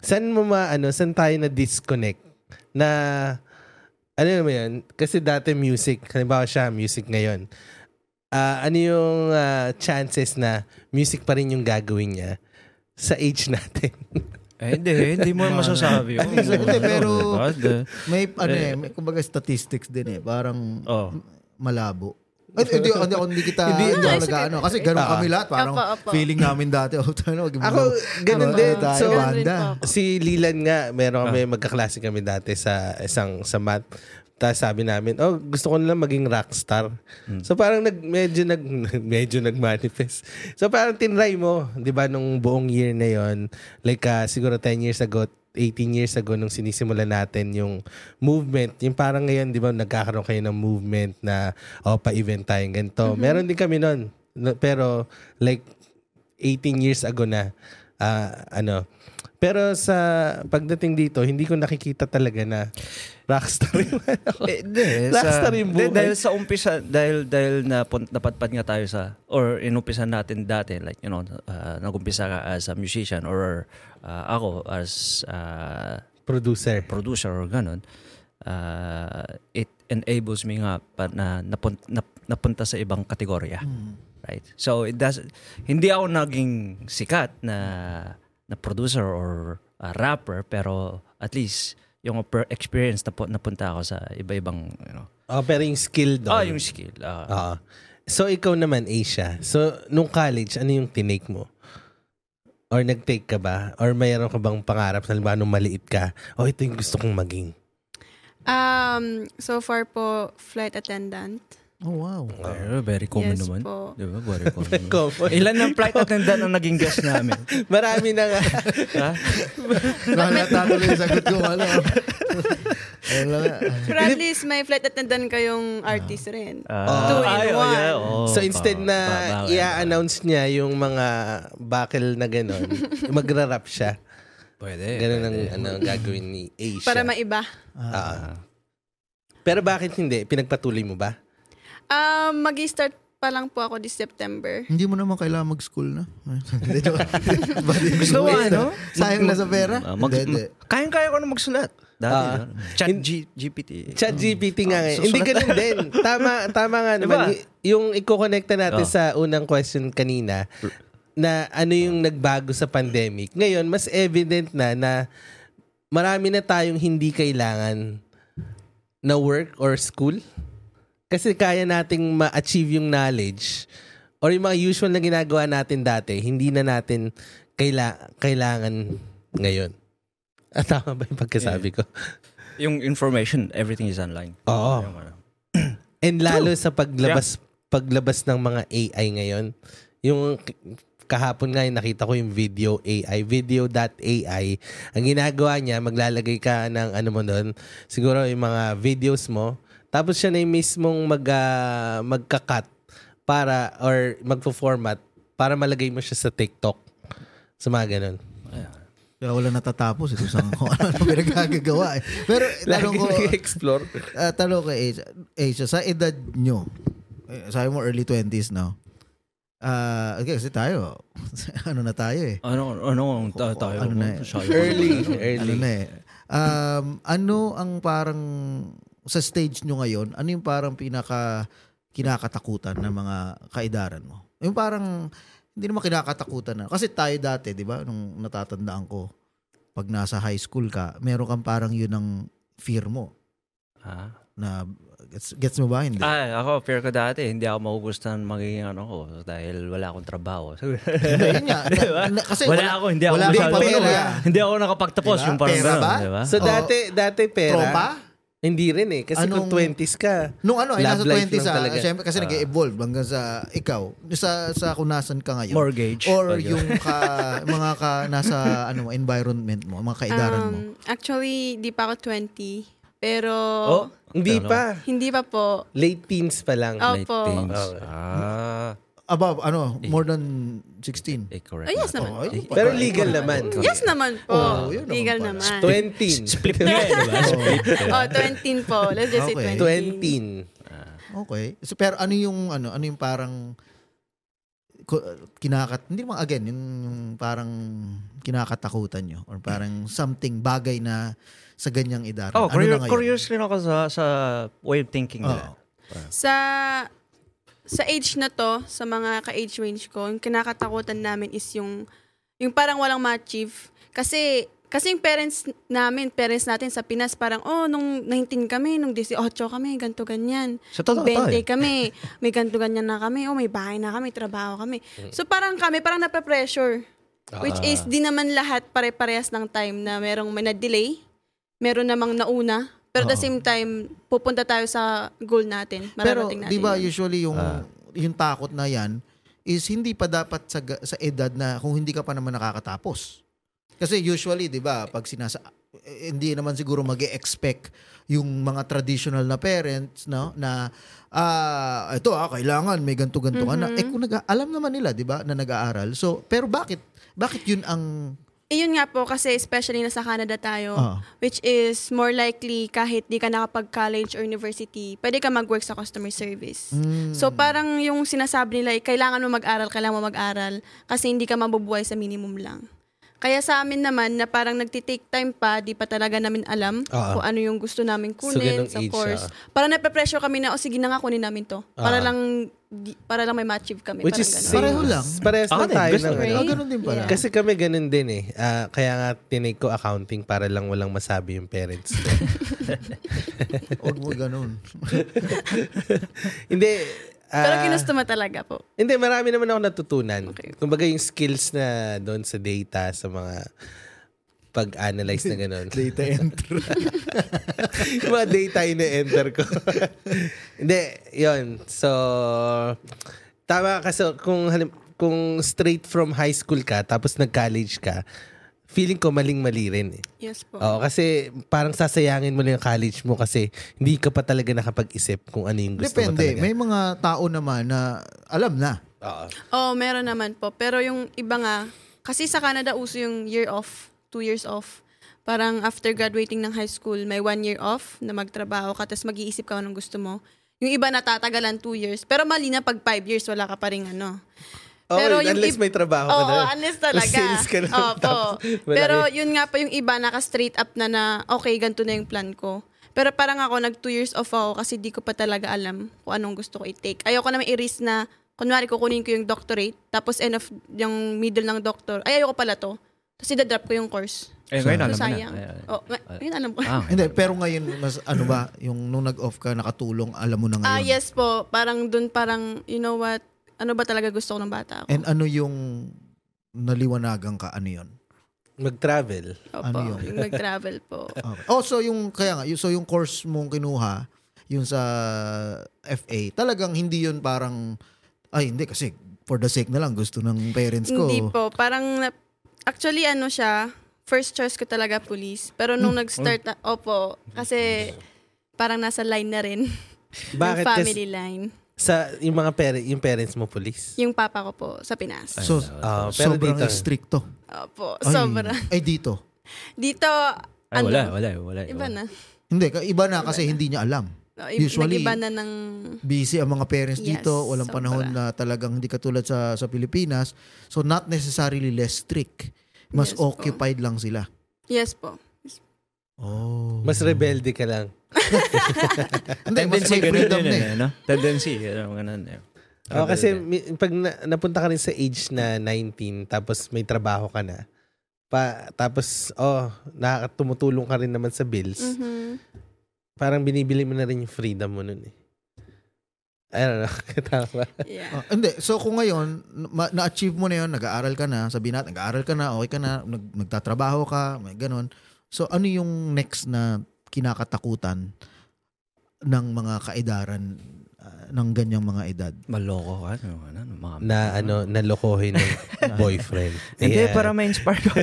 [SPEAKER 1] Saan mo ma, ano, saan tayo na-disconnect? Na, ano naman yun? Kasi dati music, halimbawa siya, music ngayon. Ah, ano yung ah, chances na music pa rin yung gagawin niya sa age natin?
[SPEAKER 3] Eh, hindi, hindi [laughs] mo masasabi. yun.
[SPEAKER 2] Hindi, pero-
[SPEAKER 3] Diba? The-
[SPEAKER 2] May, ano eh, may, kumbaga statistics din eh. Parang,
[SPEAKER 3] Oh.
[SPEAKER 2] malabo. Ay, hindi, hindi, ako- hindi kita, Ah.
[SPEAKER 1] Hindi,
[SPEAKER 2] [laughs] hindi,
[SPEAKER 1] hindi.
[SPEAKER 2] ako nag-ano. Kasi ganun kami lahat. Parang
[SPEAKER 4] Opo, opo.
[SPEAKER 2] feeling namin dati. [laughs] Oh, tano,
[SPEAKER 1] Ako, ganun din.
[SPEAKER 2] Tayo,
[SPEAKER 1] So,
[SPEAKER 4] Ganun rin
[SPEAKER 2] banda.
[SPEAKER 4] po ako.
[SPEAKER 1] Si Lilan nga, meron kami, magkaklase kami dati sa isang sa math. Tapos sabi namin, oh, gusto ko nila maging rockstar. So parang nag, medyo, nag, [laughs] medyo nag-manifest. So parang tinry mo, di ba, nung buong year na yon Like ah, siguro 10 years ago, 18 years ago nung sinisimulan natin yung movement, yung parang ngayon, di ba, nagkakaroon kayo ng movement na, oh, pa-event tayong ganito. Meron din kami nun. No- Pero, like, 18 years ago na, ah, ano, pero sa pagdating dito, hindi ko nakikita talaga na rockstar [laughs] yung ano ko.
[SPEAKER 3] Eh, di,
[SPEAKER 1] Rockstar
[SPEAKER 3] sa,
[SPEAKER 1] yung
[SPEAKER 3] di-
[SPEAKER 1] buhay.
[SPEAKER 3] dahil sa umpisa, dahil, dahil napun- napadpad nga tayo sa, or inumpisa natin dati, like, you know, uh, nagumpisa ka as a musician or uh, ako as uh,
[SPEAKER 1] Producer.
[SPEAKER 3] producer or ganun, uh, it enables me nga pa, na, napun- nap- napunta sa ibang kategorya. Right? So, it does, hindi ako naging sikat na, na producer or uh, rapper, pero at least yung per- experience na napunta ako sa iba-ibang you know,
[SPEAKER 1] Oh, pero yung skill doon.
[SPEAKER 3] Ah, yung skill. Ah.
[SPEAKER 1] Oo. So, ikaw naman, Asia. So, nung college, ano yung tinake mo? Or nag-take ka ba? Or mayroon ka bang pangarap na halimbawa nung maliit ka? O oh, ito yung gusto kong maging.
[SPEAKER 4] Um, so far po, flight attendant.
[SPEAKER 2] Oh, wow.
[SPEAKER 3] Ah, very common
[SPEAKER 4] yes
[SPEAKER 3] naman.
[SPEAKER 4] po.
[SPEAKER 3] Di ba? Very common.
[SPEAKER 1] Ikaw po.
[SPEAKER 3] Ilan ng flight attendant ang naging guest namin?
[SPEAKER 1] Eh, Marami na nga.
[SPEAKER 3] ha?
[SPEAKER 2] Nakalata tuloy yung sagot ko. [laughs] Wala. Wala.
[SPEAKER 4] Pero at least may flight attendant kayong
[SPEAKER 2] Ah.
[SPEAKER 4] artist rin. Two in
[SPEAKER 3] ay, oh,
[SPEAKER 4] one.
[SPEAKER 3] yeah, oh,
[SPEAKER 1] so, instead
[SPEAKER 3] ba-
[SPEAKER 1] na
[SPEAKER 3] ba- ba-
[SPEAKER 1] i-announce niya yung mga bakil na gano'n, magra-rap siya.
[SPEAKER 3] Pwede.
[SPEAKER 1] Ganun ang ano, ang gagawin ni Asia.
[SPEAKER 4] Para maiba.
[SPEAKER 1] Oo. Pero bakit hindi? Pinagpatuloy mo ba?
[SPEAKER 4] Um, mag-start pa lang po ako this September.
[SPEAKER 2] Hindi mo naman kailangan mag-school na. Hindi, joke.
[SPEAKER 3] Gusto mo, ano?
[SPEAKER 2] Sayang na sa pera. [laughs]
[SPEAKER 3] Ah, mag-
[SPEAKER 2] Hindi, hindi.
[SPEAKER 3] [laughs] Kayang-kaya ko na magsulat. Dati,
[SPEAKER 1] Ah.
[SPEAKER 3] ano, Chat
[SPEAKER 1] In-
[SPEAKER 3] G- GPT.
[SPEAKER 1] Chat GPT nga
[SPEAKER 3] Ah,
[SPEAKER 1] ngayon.
[SPEAKER 3] susulat
[SPEAKER 1] Hindi ganun
[SPEAKER 3] [laughs]
[SPEAKER 1] din. Tama, tama nga naman.
[SPEAKER 3] Diba?
[SPEAKER 1] Y- Yung ikokonekta natin
[SPEAKER 3] Oh.
[SPEAKER 1] sa unang question kanina, na ano yung nagbago sa pandemic. Ngayon, mas evident na na marami na tayong hindi kailangan na work or school. Kasi kaya nating ma-achieve yung knowledge or yung mga usual na ginagawa natin dati, hindi na natin kaila- kailangan ngayon. Ah, tama ba yung pagkasabi ko?
[SPEAKER 3] Yung information, everything is online.
[SPEAKER 1] Oo.
[SPEAKER 3] Yung ano.
[SPEAKER 1] And lalo sa paglabas paglabas ng mga AI ngayon, yung k- kahapon nga yung nakita ko yung video AI, video.ai, ang ginagawa niya, maglalagay ka ng ano mo doon, siguro yung mga videos mo, tapos siya na yung mismong mag, ah, magka-cut para, or magpo-format para malagay mo siya sa TikTok. Sa mga ganun.
[SPEAKER 2] Kaya wala natatapos. Ito sa kung [laughs] ano na pinagkagagawa. eh. Pero tanong
[SPEAKER 1] Lagi
[SPEAKER 2] ko,
[SPEAKER 1] nag-explore.
[SPEAKER 2] Ah, talo kay Asia. Asia, sa edad nyo, eh, sabi mo early 20s, no? Ah, okay, kasi tayo, [laughs] ano na tayo eh.
[SPEAKER 3] Ano, ano, ang ta- tayo?
[SPEAKER 2] Ano na eh.
[SPEAKER 3] Sayo.
[SPEAKER 1] Early,
[SPEAKER 2] Ano
[SPEAKER 1] early.
[SPEAKER 2] na eh. Um, ano ang parang, sa stage nyo ngayon, ano yung parang pinaka kinakatakutan ng mga kaedaran mo? Yung parang, hindi naman kinakatakutan na. Kasi tayo dati, di ba, nung natatandaan ko, pag nasa high school ka, meron kang parang yun ang fear mo.
[SPEAKER 3] Ah.
[SPEAKER 2] Na, gets, gets mo ba? Hindi.
[SPEAKER 3] Ah, ako, fear ko dati, hindi ako maugustuhan magiging ano ko dahil wala akong trabaho. [laughs] Diba?
[SPEAKER 2] Hindi, yun nga. Na- na- kasi
[SPEAKER 3] wala, ako, hindi ako
[SPEAKER 2] wala
[SPEAKER 1] masyado-
[SPEAKER 2] kang pera.
[SPEAKER 1] Wala.
[SPEAKER 3] Hindi ako nakapagtapos
[SPEAKER 2] Diba?
[SPEAKER 3] yung parang
[SPEAKER 2] Pera
[SPEAKER 3] ganun,
[SPEAKER 2] ba?
[SPEAKER 3] di ba?
[SPEAKER 1] So
[SPEAKER 2] Oh.
[SPEAKER 1] dati, dati pera.
[SPEAKER 2] Tropa?
[SPEAKER 1] Hindi rin eh. Kasi kung
[SPEAKER 2] Anong-
[SPEAKER 1] 20s ka.
[SPEAKER 2] Nung ano, ay
[SPEAKER 1] Love
[SPEAKER 2] nasa
[SPEAKER 1] life
[SPEAKER 2] 20
[SPEAKER 1] lang
[SPEAKER 2] sa,
[SPEAKER 1] talaga. Ah.
[SPEAKER 2] syempre kasi nag-evolve hanggang sa ikaw, sa, sa kung nasan ka ngayon.
[SPEAKER 3] Mortgage.
[SPEAKER 2] Or
[SPEAKER 3] Pag-
[SPEAKER 2] yung ka, [laughs] mga ka, nasa ano mo, environment mo, mga kaidaran mo.
[SPEAKER 4] Um, actually, di pa ako 20. Pero,
[SPEAKER 3] Oh,
[SPEAKER 1] Hindi
[SPEAKER 3] Pero-
[SPEAKER 1] pa.
[SPEAKER 4] hindi pa po.
[SPEAKER 1] Late teens pa lang.
[SPEAKER 4] Oh.
[SPEAKER 3] Late
[SPEAKER 4] Opo.
[SPEAKER 3] teens.
[SPEAKER 1] Okay.
[SPEAKER 3] Ah,
[SPEAKER 2] Above, ano, more than 16.
[SPEAKER 3] eh, correct.
[SPEAKER 4] Oh, yes naman.
[SPEAKER 2] Oh, ayun pa.
[SPEAKER 1] Pero legal naman.
[SPEAKER 4] Yes naman po.
[SPEAKER 2] Oh, yun naman
[SPEAKER 4] Legal
[SPEAKER 2] pala.
[SPEAKER 4] naman.
[SPEAKER 1] 20.
[SPEAKER 3] Split na yan,
[SPEAKER 1] [laughs]
[SPEAKER 3] di ba? Split. [laughs]
[SPEAKER 4] Oh, 20 po. Let's just
[SPEAKER 2] Okay.
[SPEAKER 4] say
[SPEAKER 1] 20.
[SPEAKER 4] 20.
[SPEAKER 2] Okay. So, pero ano yung, ano, ano yung parang ko- kinakat hindi naman again yung, yung parang kinakatakutan nyo or parang something bagay na sa ganyang edad
[SPEAKER 3] Oh,
[SPEAKER 2] ano na
[SPEAKER 3] curious,
[SPEAKER 2] ngayon? Oh.
[SPEAKER 3] curious rin ako sa, sa way of thinking nila.
[SPEAKER 2] Oo.
[SPEAKER 4] Sa sa age na to, sa mga ka-age range ko, yung kinakatakutan namin is yung yung parang walang ma-achieve. Kasi kasi yung parents namin, parents natin sa Pinas, parang, oh, nung 19 kami, nung 18 kami, ganto ganyan.
[SPEAKER 3] Sa totoo
[SPEAKER 4] 20
[SPEAKER 3] tayo.
[SPEAKER 4] kami, may ganto ganyan na kami, oh, may bahay na kami, trabaho kami. So parang kami, parang nape-pressure.
[SPEAKER 2] Ah.
[SPEAKER 4] Which is, di naman lahat pare-parehas ng time na merong may na-delay, meron namang nauna, Pero at the
[SPEAKER 2] Oo.
[SPEAKER 4] same time, pupunta tayo sa goal natin.
[SPEAKER 2] Pero
[SPEAKER 4] Mararating natin.
[SPEAKER 2] 'di ba
[SPEAKER 4] yun.
[SPEAKER 2] usually yung yung takot na 'yan is hindi pa dapat sa ga- sa edad na kung hindi ka pa naman nakakatapos. Kasi usually 'di ba pag sinasa eh, hindi naman siguro mag-expect yung mga traditional na parents no na ah ito ah kailangan may ganto ganto ka na
[SPEAKER 4] Mm-hmm.
[SPEAKER 2] eh kung nag alam naman nila 'di ba na nag-aaral. So pero bakit bakit yun ang
[SPEAKER 4] Eh, yun nga po, kasi especially nasa Canada tayo,
[SPEAKER 2] Ah.
[SPEAKER 4] which is more likely kahit di ka nakapag-college or university, pwede ka mag-work sa customer service.
[SPEAKER 1] Hmm.
[SPEAKER 4] So parang yung sinasabi nila, eh, kailangan mo mag-aral, kailangan mo mag-aral, kasi hindi ka mabubuhay sa minimum lang. Kaya sa amin naman, na parang nagtitake time pa, di pa talaga namin alam
[SPEAKER 1] Ah.
[SPEAKER 4] kung ano yung gusto namin kunin
[SPEAKER 1] ganong
[SPEAKER 4] sa
[SPEAKER 1] age,
[SPEAKER 4] course.
[SPEAKER 1] ah.
[SPEAKER 4] Parang nape-pressure kami na, o sige na nga, kunin namin to. Para
[SPEAKER 1] Ah.
[SPEAKER 4] lang di- para lang may ma-achieve kami.
[SPEAKER 1] Which is
[SPEAKER 4] parang ganun.
[SPEAKER 1] same.
[SPEAKER 2] Pareho lang.
[SPEAKER 1] Parehas
[SPEAKER 3] Ako
[SPEAKER 1] lang
[SPEAKER 3] din,
[SPEAKER 1] tayo.
[SPEAKER 3] gusto
[SPEAKER 1] ng
[SPEAKER 4] ko rin.
[SPEAKER 1] ano.
[SPEAKER 2] ah, ganun din pala.
[SPEAKER 4] Yeah.
[SPEAKER 1] Kasi kami ganun din eh. Ah, kaya nga tinake ko accounting para lang walang masabi yung parents
[SPEAKER 4] [laughs]
[SPEAKER 1] ko.
[SPEAKER 2] [laughs] Huwag mo ganun.
[SPEAKER 1] hindi. ah,
[SPEAKER 4] Pero ginusto mo talaga po.
[SPEAKER 1] Hindi, marami naman ako natutunan.
[SPEAKER 4] Okay.
[SPEAKER 1] Kumbaga yung skills na doon sa data, sa mga pag-analyze na ganun.
[SPEAKER 2] Data entry.
[SPEAKER 1] yung mga data ine-enter ko. [laughs] Hindi, yun. So, tama kasi kung, halim- kung straight from high school ka, tapos nag-college ka, feeling ko maling-mali rin eh.
[SPEAKER 4] Yes po.
[SPEAKER 1] Oo, kasi parang sasayangin mo lang yung college mo kasi hindi ka pa talaga nakapag-isip kung ano yung gusto mo
[SPEAKER 2] Depende.
[SPEAKER 1] talaga.
[SPEAKER 2] May mga tao naman na alam na.
[SPEAKER 1] Oo.
[SPEAKER 4] Oo, Oh, meron naman po. Pero yung iba nga, kasi sa Canada uso yung year off, two years off. Parang after graduating ng high school, may one year off na magtrabaho ka, tapos mag-iisip ka anong gusto mo. Yung iba natatagalan two years. Pero mali na pag five years, wala ka pa rin ano.
[SPEAKER 1] Oo,
[SPEAKER 4] Pero
[SPEAKER 1] yun,
[SPEAKER 4] yung
[SPEAKER 1] unless
[SPEAKER 4] ib-
[SPEAKER 1] may trabaho ka
[SPEAKER 4] Oo,
[SPEAKER 1] na.
[SPEAKER 4] oo,
[SPEAKER 1] [laughs]
[SPEAKER 4] unless talaga.
[SPEAKER 1] Sales ka na. [laughs]
[SPEAKER 4] Opo.
[SPEAKER 1] Tapos malaki.
[SPEAKER 4] Pero yun nga pa yung iba, naka-straight up na na, okay, ganito na yung plan ko. Pero parang ako, nag two years off ako kasi di ko pa talaga alam kung anong gusto ko i-take. Ayoko naman i-risk na, kunwari, kukunin ko yung doctorate, tapos end of yung middle ng doctor, ay, ayoko pala to. Tapos i-drop ko yung course.
[SPEAKER 3] Eh, ngayon alam mo na.
[SPEAKER 4] So, sayang.
[SPEAKER 3] Ay, ay.
[SPEAKER 4] Oh, ma- yun alam [laughs] ko.
[SPEAKER 3] Ah,
[SPEAKER 2] [laughs] Hindi, pero ngayon, mas ano ba, yung nung nag-off ka, nakatulong, alam mo na ngayon.
[SPEAKER 4] Ah, yes po. Parang dun parang, you know what, ano ba talaga gusto ko ng bata ako?
[SPEAKER 2] And ano yung naliwanagan ka, ano yun?
[SPEAKER 1] Mag-travel.
[SPEAKER 4] Opo,
[SPEAKER 2] ano yun?
[SPEAKER 4] yung nag-travel
[SPEAKER 1] [laughs]
[SPEAKER 4] po.
[SPEAKER 2] Okay. Oh, so yung, kaya nga, yung- so yung course mong kinuha, yung sa FA, talagang hindi yun parang, ay hindi kasi, for the sake na lang, gusto ng parents ko.
[SPEAKER 4] Hindi po. Parang, na- actually ano siya, first choice ko talaga police. Pero nung
[SPEAKER 2] Hmm.
[SPEAKER 4] nag-start, na- opo, kasi parang nasa line na
[SPEAKER 2] [laughs]
[SPEAKER 4] rin.
[SPEAKER 1] Bakit?
[SPEAKER 4] yung
[SPEAKER 1] Kasi
[SPEAKER 4] family line.
[SPEAKER 1] sa yung mga pare, yung parents mo police.
[SPEAKER 4] Yung papa ko po, sa Pinas.
[SPEAKER 2] So,
[SPEAKER 1] Ah, pero
[SPEAKER 2] sobrang
[SPEAKER 1] dito-
[SPEAKER 2] stricto.
[SPEAKER 4] Opo,
[SPEAKER 2] Ay,
[SPEAKER 4] sobra.
[SPEAKER 2] Ay, dito.
[SPEAKER 4] Dito,
[SPEAKER 3] ay,
[SPEAKER 4] ano,
[SPEAKER 3] wala, wala, wala.
[SPEAKER 4] iba na.
[SPEAKER 2] Hindi, ka- iba na kasi hindi niya alam.
[SPEAKER 4] No, i-
[SPEAKER 2] Usually-
[SPEAKER 4] nag-iba na ng...
[SPEAKER 2] busy ang mga parents
[SPEAKER 4] Yes,
[SPEAKER 2] dito, walang
[SPEAKER 4] sobra.
[SPEAKER 2] panahon na talagang hindi katulad sa sa Pilipinas. So not necessarily less strict. Mas
[SPEAKER 4] Yes po.
[SPEAKER 2] occupied lang sila.
[SPEAKER 4] Yes po.
[SPEAKER 2] Oh.
[SPEAKER 1] Mas rebelde ka lang.
[SPEAKER 2] hindi, mas
[SPEAKER 3] Tendency
[SPEAKER 2] may
[SPEAKER 3] ganun
[SPEAKER 2] freedom
[SPEAKER 3] din,
[SPEAKER 2] na eh.
[SPEAKER 3] eh, no? Tendency, ano, ganun. eh.
[SPEAKER 1] Oh, kasi mi- pag na- napunta ka rin sa age na 19 tapos may trabaho ka na. Pa, tapos oh, nakatumutulong ka rin naman sa bills.
[SPEAKER 4] Mhm.
[SPEAKER 1] Parang binibili mo na rin yung freedom mo nun eh. I don't know. [laughs] Tama.
[SPEAKER 4] Yeah.
[SPEAKER 2] Ah, hindi, so kung ngayon, ma- na-achieve mo na yun, nag-aaral ka na, sabi natin, nag-aaral ka na, okay ka na, nag- nagtatrabaho ka, may ganun. So ano yung next na kinakatakutan ng mga kaedaran ah, ng ganyang mga edad?
[SPEAKER 3] Maloko ka. Ano, ano, ano, mga-
[SPEAKER 1] na ano, nalokohin ng
[SPEAKER 2] [laughs]
[SPEAKER 1] boyfriend.
[SPEAKER 3] Hindi,
[SPEAKER 1] Ayan. [laughs]
[SPEAKER 3] para ma-inspire ko.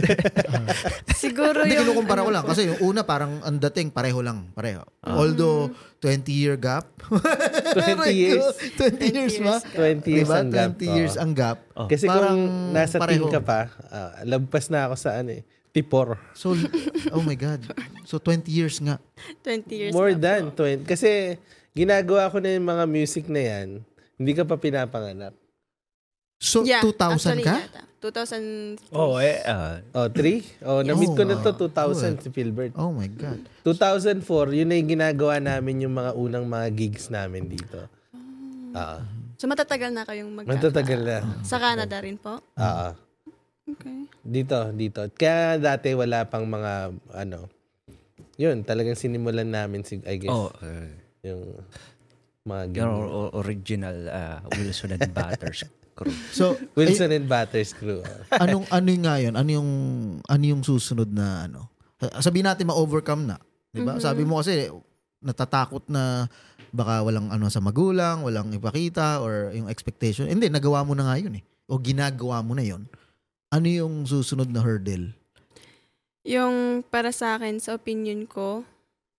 [SPEAKER 4] Siguro
[SPEAKER 2] Hindi,
[SPEAKER 4] yung...
[SPEAKER 2] kinukumpara
[SPEAKER 4] ano
[SPEAKER 2] ko lang.
[SPEAKER 4] po.
[SPEAKER 2] Kasi yung una, parang ang dating, pareho lang. Pareho.
[SPEAKER 1] Ah.
[SPEAKER 2] Although, 20-year
[SPEAKER 4] [laughs]
[SPEAKER 2] gap.
[SPEAKER 1] 20
[SPEAKER 2] [laughs]
[SPEAKER 1] years.
[SPEAKER 2] 20 years ba?
[SPEAKER 1] 20 years
[SPEAKER 2] Diba?
[SPEAKER 1] ang gap.
[SPEAKER 2] 20 years
[SPEAKER 1] Oo.
[SPEAKER 2] ang gap.
[SPEAKER 3] Oh.
[SPEAKER 1] Kasi
[SPEAKER 2] Parang
[SPEAKER 1] kung nasa
[SPEAKER 2] pareho.
[SPEAKER 1] teen ka pa, ah, lagpas na ako sa ano eh, tipor.
[SPEAKER 2] So, oh my God. So, 20 years nga.
[SPEAKER 4] 20 years
[SPEAKER 1] More
[SPEAKER 4] na po.
[SPEAKER 1] than 20. Kasi ginagawa ko na yung mga music na yan, hindi ka pa pinapanganak.
[SPEAKER 2] So,
[SPEAKER 4] Yeah,
[SPEAKER 2] 2,000
[SPEAKER 4] actually,
[SPEAKER 2] ka?
[SPEAKER 4] yata. 2000.
[SPEAKER 3] Oo, eh. ah,
[SPEAKER 1] O, oh, three? O, oh, na-meet ko na to
[SPEAKER 2] Oh,
[SPEAKER 1] 2000 si Philbert.
[SPEAKER 2] Oh my God.
[SPEAKER 1] 2004, yun na yung ginagawa namin yung mga unang mga gigs namin dito. Ah,
[SPEAKER 4] So matatagal na kayong mag
[SPEAKER 1] matatagal na.
[SPEAKER 4] Sa Canada rin po?
[SPEAKER 1] Ah,
[SPEAKER 4] Okay.
[SPEAKER 1] dito, dito. Kaya dati wala pang mga ano. Yun, talagang sinimulan namin si I guess
[SPEAKER 3] oh, eh,
[SPEAKER 1] yung mga
[SPEAKER 3] your
[SPEAKER 1] gigs.
[SPEAKER 3] o- original ah, Wilson and Batters crew.
[SPEAKER 2] So,
[SPEAKER 1] Wilson and Batters crew.
[SPEAKER 4] [laughs]
[SPEAKER 1] ah.
[SPEAKER 2] eh, anong, ano yung nga yun? Ano yung, ano yung susunod na ano? Sabihin natin ma-overcome na. 'Di ba?
[SPEAKER 4] Mhm.
[SPEAKER 2] Sabi mo kasi natatakot na baka walang ano sa magulang, walang ipakita or yung expectation. Hindi, nagawa mo na nga 'yun eh. O ginagawa mo na 'yun. Ano yung susunod na hurdle?
[SPEAKER 4] Yung para sa akin, sa opinion ko,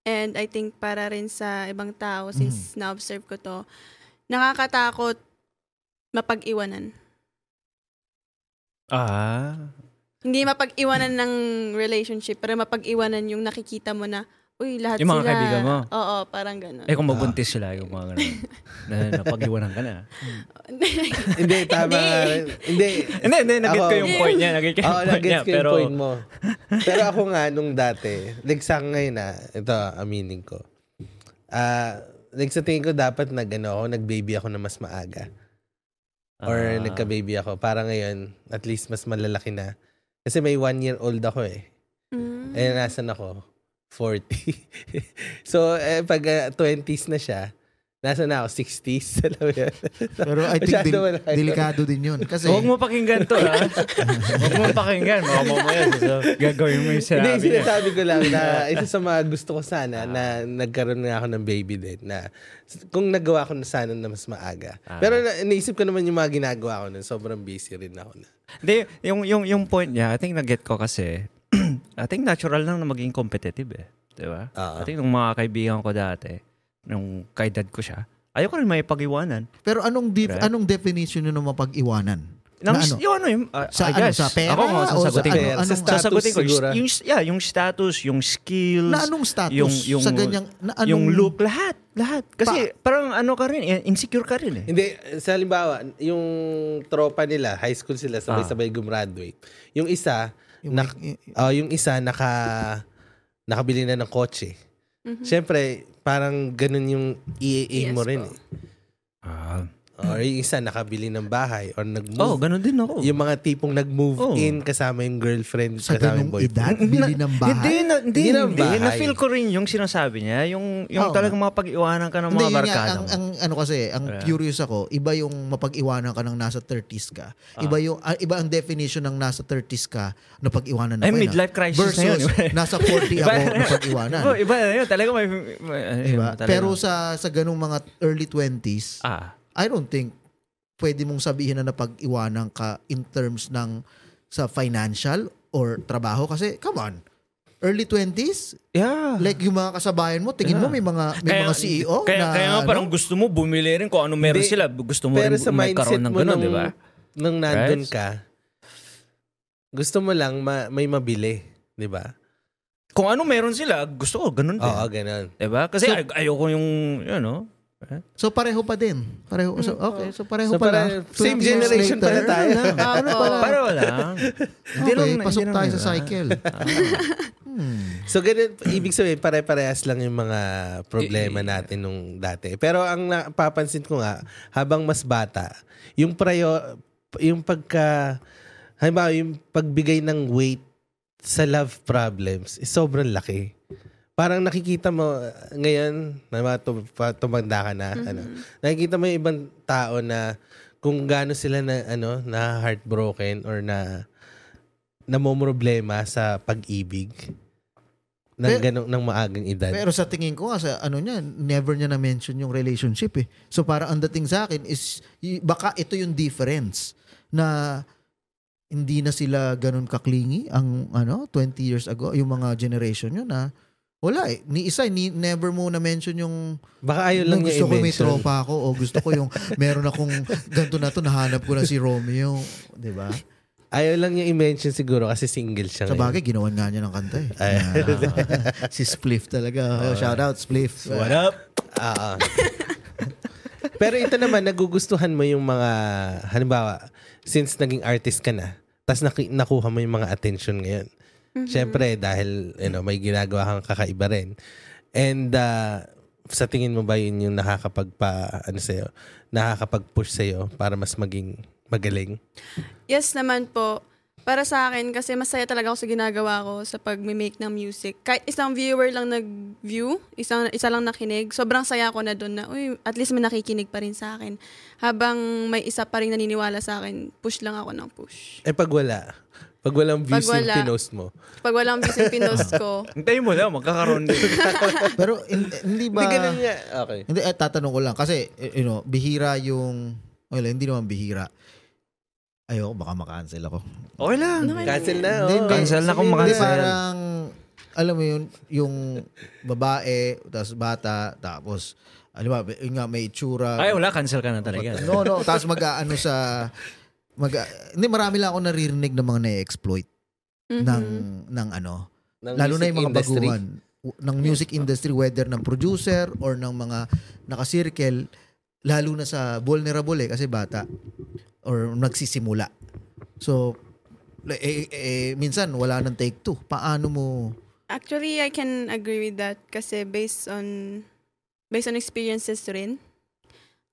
[SPEAKER 4] and I think para rin sa ibang tao
[SPEAKER 3] Mhm.
[SPEAKER 4] since na-observe ko to, nakakatakot mapag-iwanan.
[SPEAKER 3] Ah.
[SPEAKER 4] Hindi mapag-iwanan ng relationship, pero mapag-iwanan yung nakikita mo na, uy, lahat
[SPEAKER 3] Yung mga
[SPEAKER 4] sila.
[SPEAKER 3] kaibigan mo.
[SPEAKER 4] Oo, parang ganun.
[SPEAKER 3] Eh
[SPEAKER 4] [laughs]
[SPEAKER 3] kung mabuntis sila, yung mga ganun. na, napag-iwanan ka na.
[SPEAKER 1] Hindi, tama.
[SPEAKER 4] Hindi.
[SPEAKER 3] [laughs]
[SPEAKER 1] Hindi.
[SPEAKER 3] Hindi, hindi, nag
[SPEAKER 1] Ako-
[SPEAKER 3] ko yung point niya. Nag-get
[SPEAKER 1] Oo,
[SPEAKER 3] ko yung point niya.
[SPEAKER 1] nag-gets ko
[SPEAKER 3] Pero,
[SPEAKER 1] yung point mo. Pero ako nga, nung dati, like sa ngayon na, ito, aminin ko. Ah, like sa tingin ko, dapat nag, ano, ako, nag-baby ako na mas maaga. Or
[SPEAKER 3] Ah.
[SPEAKER 1] nagka-baby ako. Para ngayon, at least mas malalaki na. Kasi may one-year-old ako eh.
[SPEAKER 4] Mm.
[SPEAKER 1] Eh, nasan ako? 40. [laughs] so, eh, pag ah, 20s na siya, nasa na ako? 60s? [laughs] Alam mo yun?
[SPEAKER 2] Pero I think
[SPEAKER 1] Masyado
[SPEAKER 2] del-
[SPEAKER 1] malayo.
[SPEAKER 2] delikado din 'yun kasi
[SPEAKER 3] Huwag mo pakinggan to, [laughs] ha? Huwag mo pakinggan. Baka mamaya so, gagawin mo yung
[SPEAKER 1] Hindi,
[SPEAKER 3] sinabi niya.
[SPEAKER 1] sinasabi ko lang
[SPEAKER 3] [laughs]
[SPEAKER 1] na isa sa mga gusto ko sana
[SPEAKER 3] Ah.
[SPEAKER 1] na nagkaroon na ako ng baby din. Na, kung nagawa ko na sana na mas maaga. Pero
[SPEAKER 3] Ah.
[SPEAKER 1] na, naisip ko naman yung mga ginagawa ko nun. Sobrang busy rin ako na.
[SPEAKER 3] Hindi, yung, yung, yung point niya, I think na-get ko kasi, [clears throat] I think natural lang na maging competitive eh. Di ba?
[SPEAKER 1] Ah.
[SPEAKER 3] I think nung mga kaibigan ko dati, nung kaedad ko siya, ayoko rin may pag-iwanan.
[SPEAKER 2] pero anong def-
[SPEAKER 3] Right.
[SPEAKER 2] anong definition nung mapag-iwanan?
[SPEAKER 3] Nang,
[SPEAKER 2] Na ano?
[SPEAKER 3] Yung ano, yung, uh,
[SPEAKER 2] Sa
[SPEAKER 3] I
[SPEAKER 2] ano,
[SPEAKER 3] guess,
[SPEAKER 2] sa pera
[SPEAKER 3] Ako kung
[SPEAKER 2] o sa
[SPEAKER 3] sasagutin ko.
[SPEAKER 2] ano?
[SPEAKER 1] Kaya, sa
[SPEAKER 2] anong-
[SPEAKER 1] status
[SPEAKER 3] sasagutin ko,
[SPEAKER 1] siguro.
[SPEAKER 3] yung, yeah, yung status, yung skills,
[SPEAKER 2] Na anong status
[SPEAKER 3] yung- yung-
[SPEAKER 2] sa ganyang na anong
[SPEAKER 3] yung look, lahat. Lahat. Kasi parang ano ka rin, eh, insecure ka rin eh.
[SPEAKER 1] Hindi, sa halimbawa, yung tropa nila, high school sila,
[SPEAKER 3] Ah.
[SPEAKER 1] sabay-sabay gumraduate. Yung isa,
[SPEAKER 2] Yung
[SPEAKER 1] nak-
[SPEAKER 2] may-
[SPEAKER 1] ah, yung isa naka, nakabili na ng kotse. Siyempre, parang ganun yung i-aim mo
[SPEAKER 4] Mm-hmm. Yes
[SPEAKER 1] rin.
[SPEAKER 4] po.
[SPEAKER 1] Eh.
[SPEAKER 3] Ah.
[SPEAKER 1] Or yung isa nakabili ng bahay or
[SPEAKER 3] oh,
[SPEAKER 1] nag-move
[SPEAKER 3] ganun din ako.
[SPEAKER 1] Yung mga tipong nag-move
[SPEAKER 3] Oh.
[SPEAKER 1] in kasama yung girlfriend, kasama
[SPEAKER 2] sa ganung
[SPEAKER 1] yung boyfriend.
[SPEAKER 2] edad bili ng
[SPEAKER 3] Hindi,
[SPEAKER 2] bahay.
[SPEAKER 3] na, hindi,
[SPEAKER 1] Hindi na
[SPEAKER 3] hindi,
[SPEAKER 1] bahay.
[SPEAKER 3] Na-feel ko rin yung sinasabi niya. Yung, yung
[SPEAKER 2] Oo
[SPEAKER 3] talagang mapag-iwanan ka ng
[SPEAKER 2] Hindi,
[SPEAKER 3] mga
[SPEAKER 2] yun nga,
[SPEAKER 3] barkada
[SPEAKER 2] ang,
[SPEAKER 3] mo.
[SPEAKER 2] ang ano kasi, ang
[SPEAKER 3] Yeah.
[SPEAKER 2] curious ako, iba yung mapag-iwanan ka ng nasa 30s ka. Iba yung ah, iba ang definition ng nasa 30s ka na pag-iwanan na
[SPEAKER 3] Ay,
[SPEAKER 2] kayo na.
[SPEAKER 3] midlife crisis
[SPEAKER 2] versus
[SPEAKER 3] na yun.
[SPEAKER 2] nasa 40
[SPEAKER 3] [laughs]
[SPEAKER 2] ako na pag-iwanan.
[SPEAKER 3] Iba, iba na yun. Talaga may... may ano yun,
[SPEAKER 2] ano, Diba?
[SPEAKER 3] talaga.
[SPEAKER 2] Pero sa sa ganung mga early 20s,
[SPEAKER 3] Ah,
[SPEAKER 2] I don't think pwede mong sabihin na napag-iwanan ka in terms ng sa financial or trabaho kasi come on. Early 20s,
[SPEAKER 3] yeah.
[SPEAKER 2] like yung mga kasabayan mo, tingin mo may mga may mga CEO
[SPEAKER 3] kaya,
[SPEAKER 2] na
[SPEAKER 3] kaya nga
[SPEAKER 2] ano,
[SPEAKER 3] parang gusto mo bumili rin kung ano meron
[SPEAKER 1] Hindi.
[SPEAKER 3] sila. Gusto mo
[SPEAKER 1] Pero
[SPEAKER 3] rin
[SPEAKER 1] sa mindset
[SPEAKER 3] magkaroon ng
[SPEAKER 1] mo
[SPEAKER 3] ganun,
[SPEAKER 1] nung,
[SPEAKER 3] di ba?
[SPEAKER 1] nung nandun
[SPEAKER 3] Right?
[SPEAKER 1] ka, gusto mo lang ma- may mabili. Di ba?
[SPEAKER 3] Kung ano meron sila, gusto ko ganun din.
[SPEAKER 1] Oo, ganun.
[SPEAKER 3] Di ba? Kasi
[SPEAKER 2] So-
[SPEAKER 3] ay- ayoko yung, you know,
[SPEAKER 2] So pareho pa din. Pareho. So, okay, so pareho
[SPEAKER 1] So,
[SPEAKER 2] Ano pala.
[SPEAKER 1] pare- same
[SPEAKER 2] 20 years
[SPEAKER 1] generation pala
[SPEAKER 2] later. [laughs]
[SPEAKER 1] tayo.
[SPEAKER 4] Opo.
[SPEAKER 3] [laughs] Para wala. Hindi
[SPEAKER 2] Okay,
[SPEAKER 3] lang-
[SPEAKER 2] pasok
[SPEAKER 3] hindi lang
[SPEAKER 2] tayo
[SPEAKER 3] yun,
[SPEAKER 2] sa
[SPEAKER 3] ah.
[SPEAKER 2] cycle. Hmm.
[SPEAKER 1] So, ganun, ibig sabihin, pare-parehas lang yung mga problema natin nung dati. Pero ang napapansin ko nga, habang mas bata, yung prayo, yung pagka, halimbawa, yung pagbigay ng weight sa love problems is sobrang laki. Parang nakikita mo uh, ngayon, may mga tum- pa- tumanda ka na, ano, nakikita mo yung ibang tao na kung gaano sila na, ano, na heartbroken or na namomroblema sa pag-ibig ng,
[SPEAKER 2] Pero-
[SPEAKER 1] ganong, ng maagang edad.
[SPEAKER 2] Pero sa tingin ko nga, sa ano niya, never niya na-mention yung relationship eh. So para ang dating sa akin is, y- baka ito yung difference na hindi na sila ganun kaklingi ang ano 20 years ago yung mga generation yun na wala eh ni isa ni never mo na mention yung
[SPEAKER 1] Baka ayaw lang
[SPEAKER 2] Nung
[SPEAKER 1] niya
[SPEAKER 2] gusto ko may
[SPEAKER 1] i-mention.
[SPEAKER 2] tropa ako o gusto ko yung meron akong ganito na to nahanap ko na si Romeo, 'di ba?
[SPEAKER 1] Ayaw lang niya i-mention siguro kasi single siya
[SPEAKER 2] Sa
[SPEAKER 1] ngayon.
[SPEAKER 2] bagay ginawan nga niya ng kanta eh. Ah, [laughs] si Spliff talaga. Oh, shout out Spliff.
[SPEAKER 3] What up?
[SPEAKER 1] Oo. Pero ito naman, nagugustuhan mo yung mga, halimbawa, since naging artist ka na, tapos naki- nakuha mo yung mga attention ngayon.
[SPEAKER 4] Mm-hmm.
[SPEAKER 1] Siyempre, dahil you know, may ginagawa kang kakaiba rin. And uh, sa tingin mo ba yun yung nakakapagpa, ano sa'yo, nakakapag-push sa'yo para mas maging magaling?
[SPEAKER 4] Yes naman po. Para sa akin, kasi masaya talaga ako sa ginagawa ko sa pag-make ng music. Kahit isang viewer lang nag-view, isang, isa lang nakinig, sobrang saya ko na doon na, uy, at least may nakikinig pa rin sa akin. Habang may isa pa rin naniniwala sa akin, push lang ako ng push.
[SPEAKER 1] Eh pag wala, Pag walang views
[SPEAKER 4] Pag wala.
[SPEAKER 1] yung pinost mo.
[SPEAKER 4] Pag walang views yung pinost ko,
[SPEAKER 3] Hintayin mo na, magkakaroon din.
[SPEAKER 2] Pero hin- hindi ba...
[SPEAKER 1] Hindi ganun niya. Okay.
[SPEAKER 2] Hindi, eh, tatanong ko lang. Kasi, eh, you know, bihira yung... Well, hindi naman bihira. Ayoko, baka makancel ako.
[SPEAKER 3] Okay lang.
[SPEAKER 1] Cancel na. Oh.
[SPEAKER 2] Hindi, hindi.
[SPEAKER 3] Cancel na kung
[SPEAKER 2] Hindi,
[SPEAKER 3] makancel.
[SPEAKER 2] parang, alam mo yun, yung babae, tapos bata, tapos, alam mo, yun nga, may itsura.
[SPEAKER 3] Ay, wala, cancel ka na talaga.
[SPEAKER 2] No, no. Tapos mag-ano sa... Mag, hindi, marami lang ako naririnig ng mga na-exploit
[SPEAKER 4] Mm-hmm.
[SPEAKER 2] ng, ng ano.
[SPEAKER 1] Ng
[SPEAKER 2] lalo
[SPEAKER 1] music
[SPEAKER 2] na yung mga
[SPEAKER 1] industry.
[SPEAKER 2] baguhan. W- Ng music industry, whether ng producer or ng mga nakasirkel, lalo na sa vulnerable eh, kasi bata or nagsisimula. So, eh, eh, eh, minsan wala nang take two. Paano mo...
[SPEAKER 4] Actually, I can agree with that kasi based on based on experiences rin.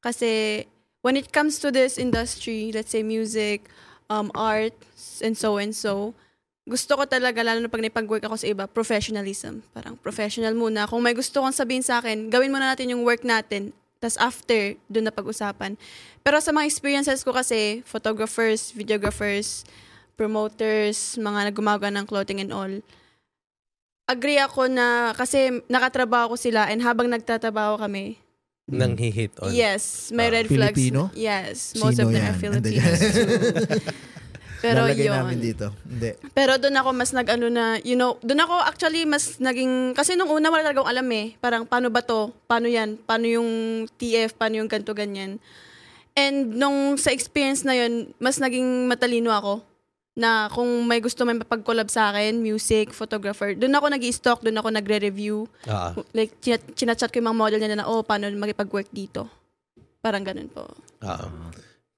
[SPEAKER 4] Kasi when it comes to this industry, let's say music, um, art, and so and so, gusto ko talaga, lalo na pag nipag-work ako sa iba, professionalism. Parang professional muna. Kung may gusto kong sabihin sa akin, gawin muna natin yung work natin. Tapos after, doon na pag-usapan. Pero sa mga experiences ko kasi, photographers, videographers, promoters, mga gumagawa ng clothing and all, agree ako na kasi nakatrabaho ko sila and habang nagtatrabaho kami,
[SPEAKER 1] Nang hihit on.
[SPEAKER 4] yes, may
[SPEAKER 2] Ah,
[SPEAKER 4] red flags.
[SPEAKER 2] Filipino?
[SPEAKER 4] Yes, most
[SPEAKER 2] Sino
[SPEAKER 4] of them
[SPEAKER 2] yan? Andali.
[SPEAKER 4] are Filipino. Pero
[SPEAKER 2] [laughs] Lalagay
[SPEAKER 4] yun.
[SPEAKER 2] namin dito. Hindi.
[SPEAKER 4] Pero doon ako mas nag-ano na, you know, doon ako actually mas naging, kasi nung una wala talaga akong alam eh. Parang paano ba to? Paano yan? Paano yung TF? Paano yung ganto ganyan? And nung sa experience na yun, mas naging matalino ako na kung may gusto may mapag-collab sa akin, music, photographer, doon ako nag stock doon ako nagre-review.
[SPEAKER 1] Ah.
[SPEAKER 4] Like, china- chinachat ko yung mga model nila na, oh, paano makipag-work dito? Parang ganun po.
[SPEAKER 1] Oo.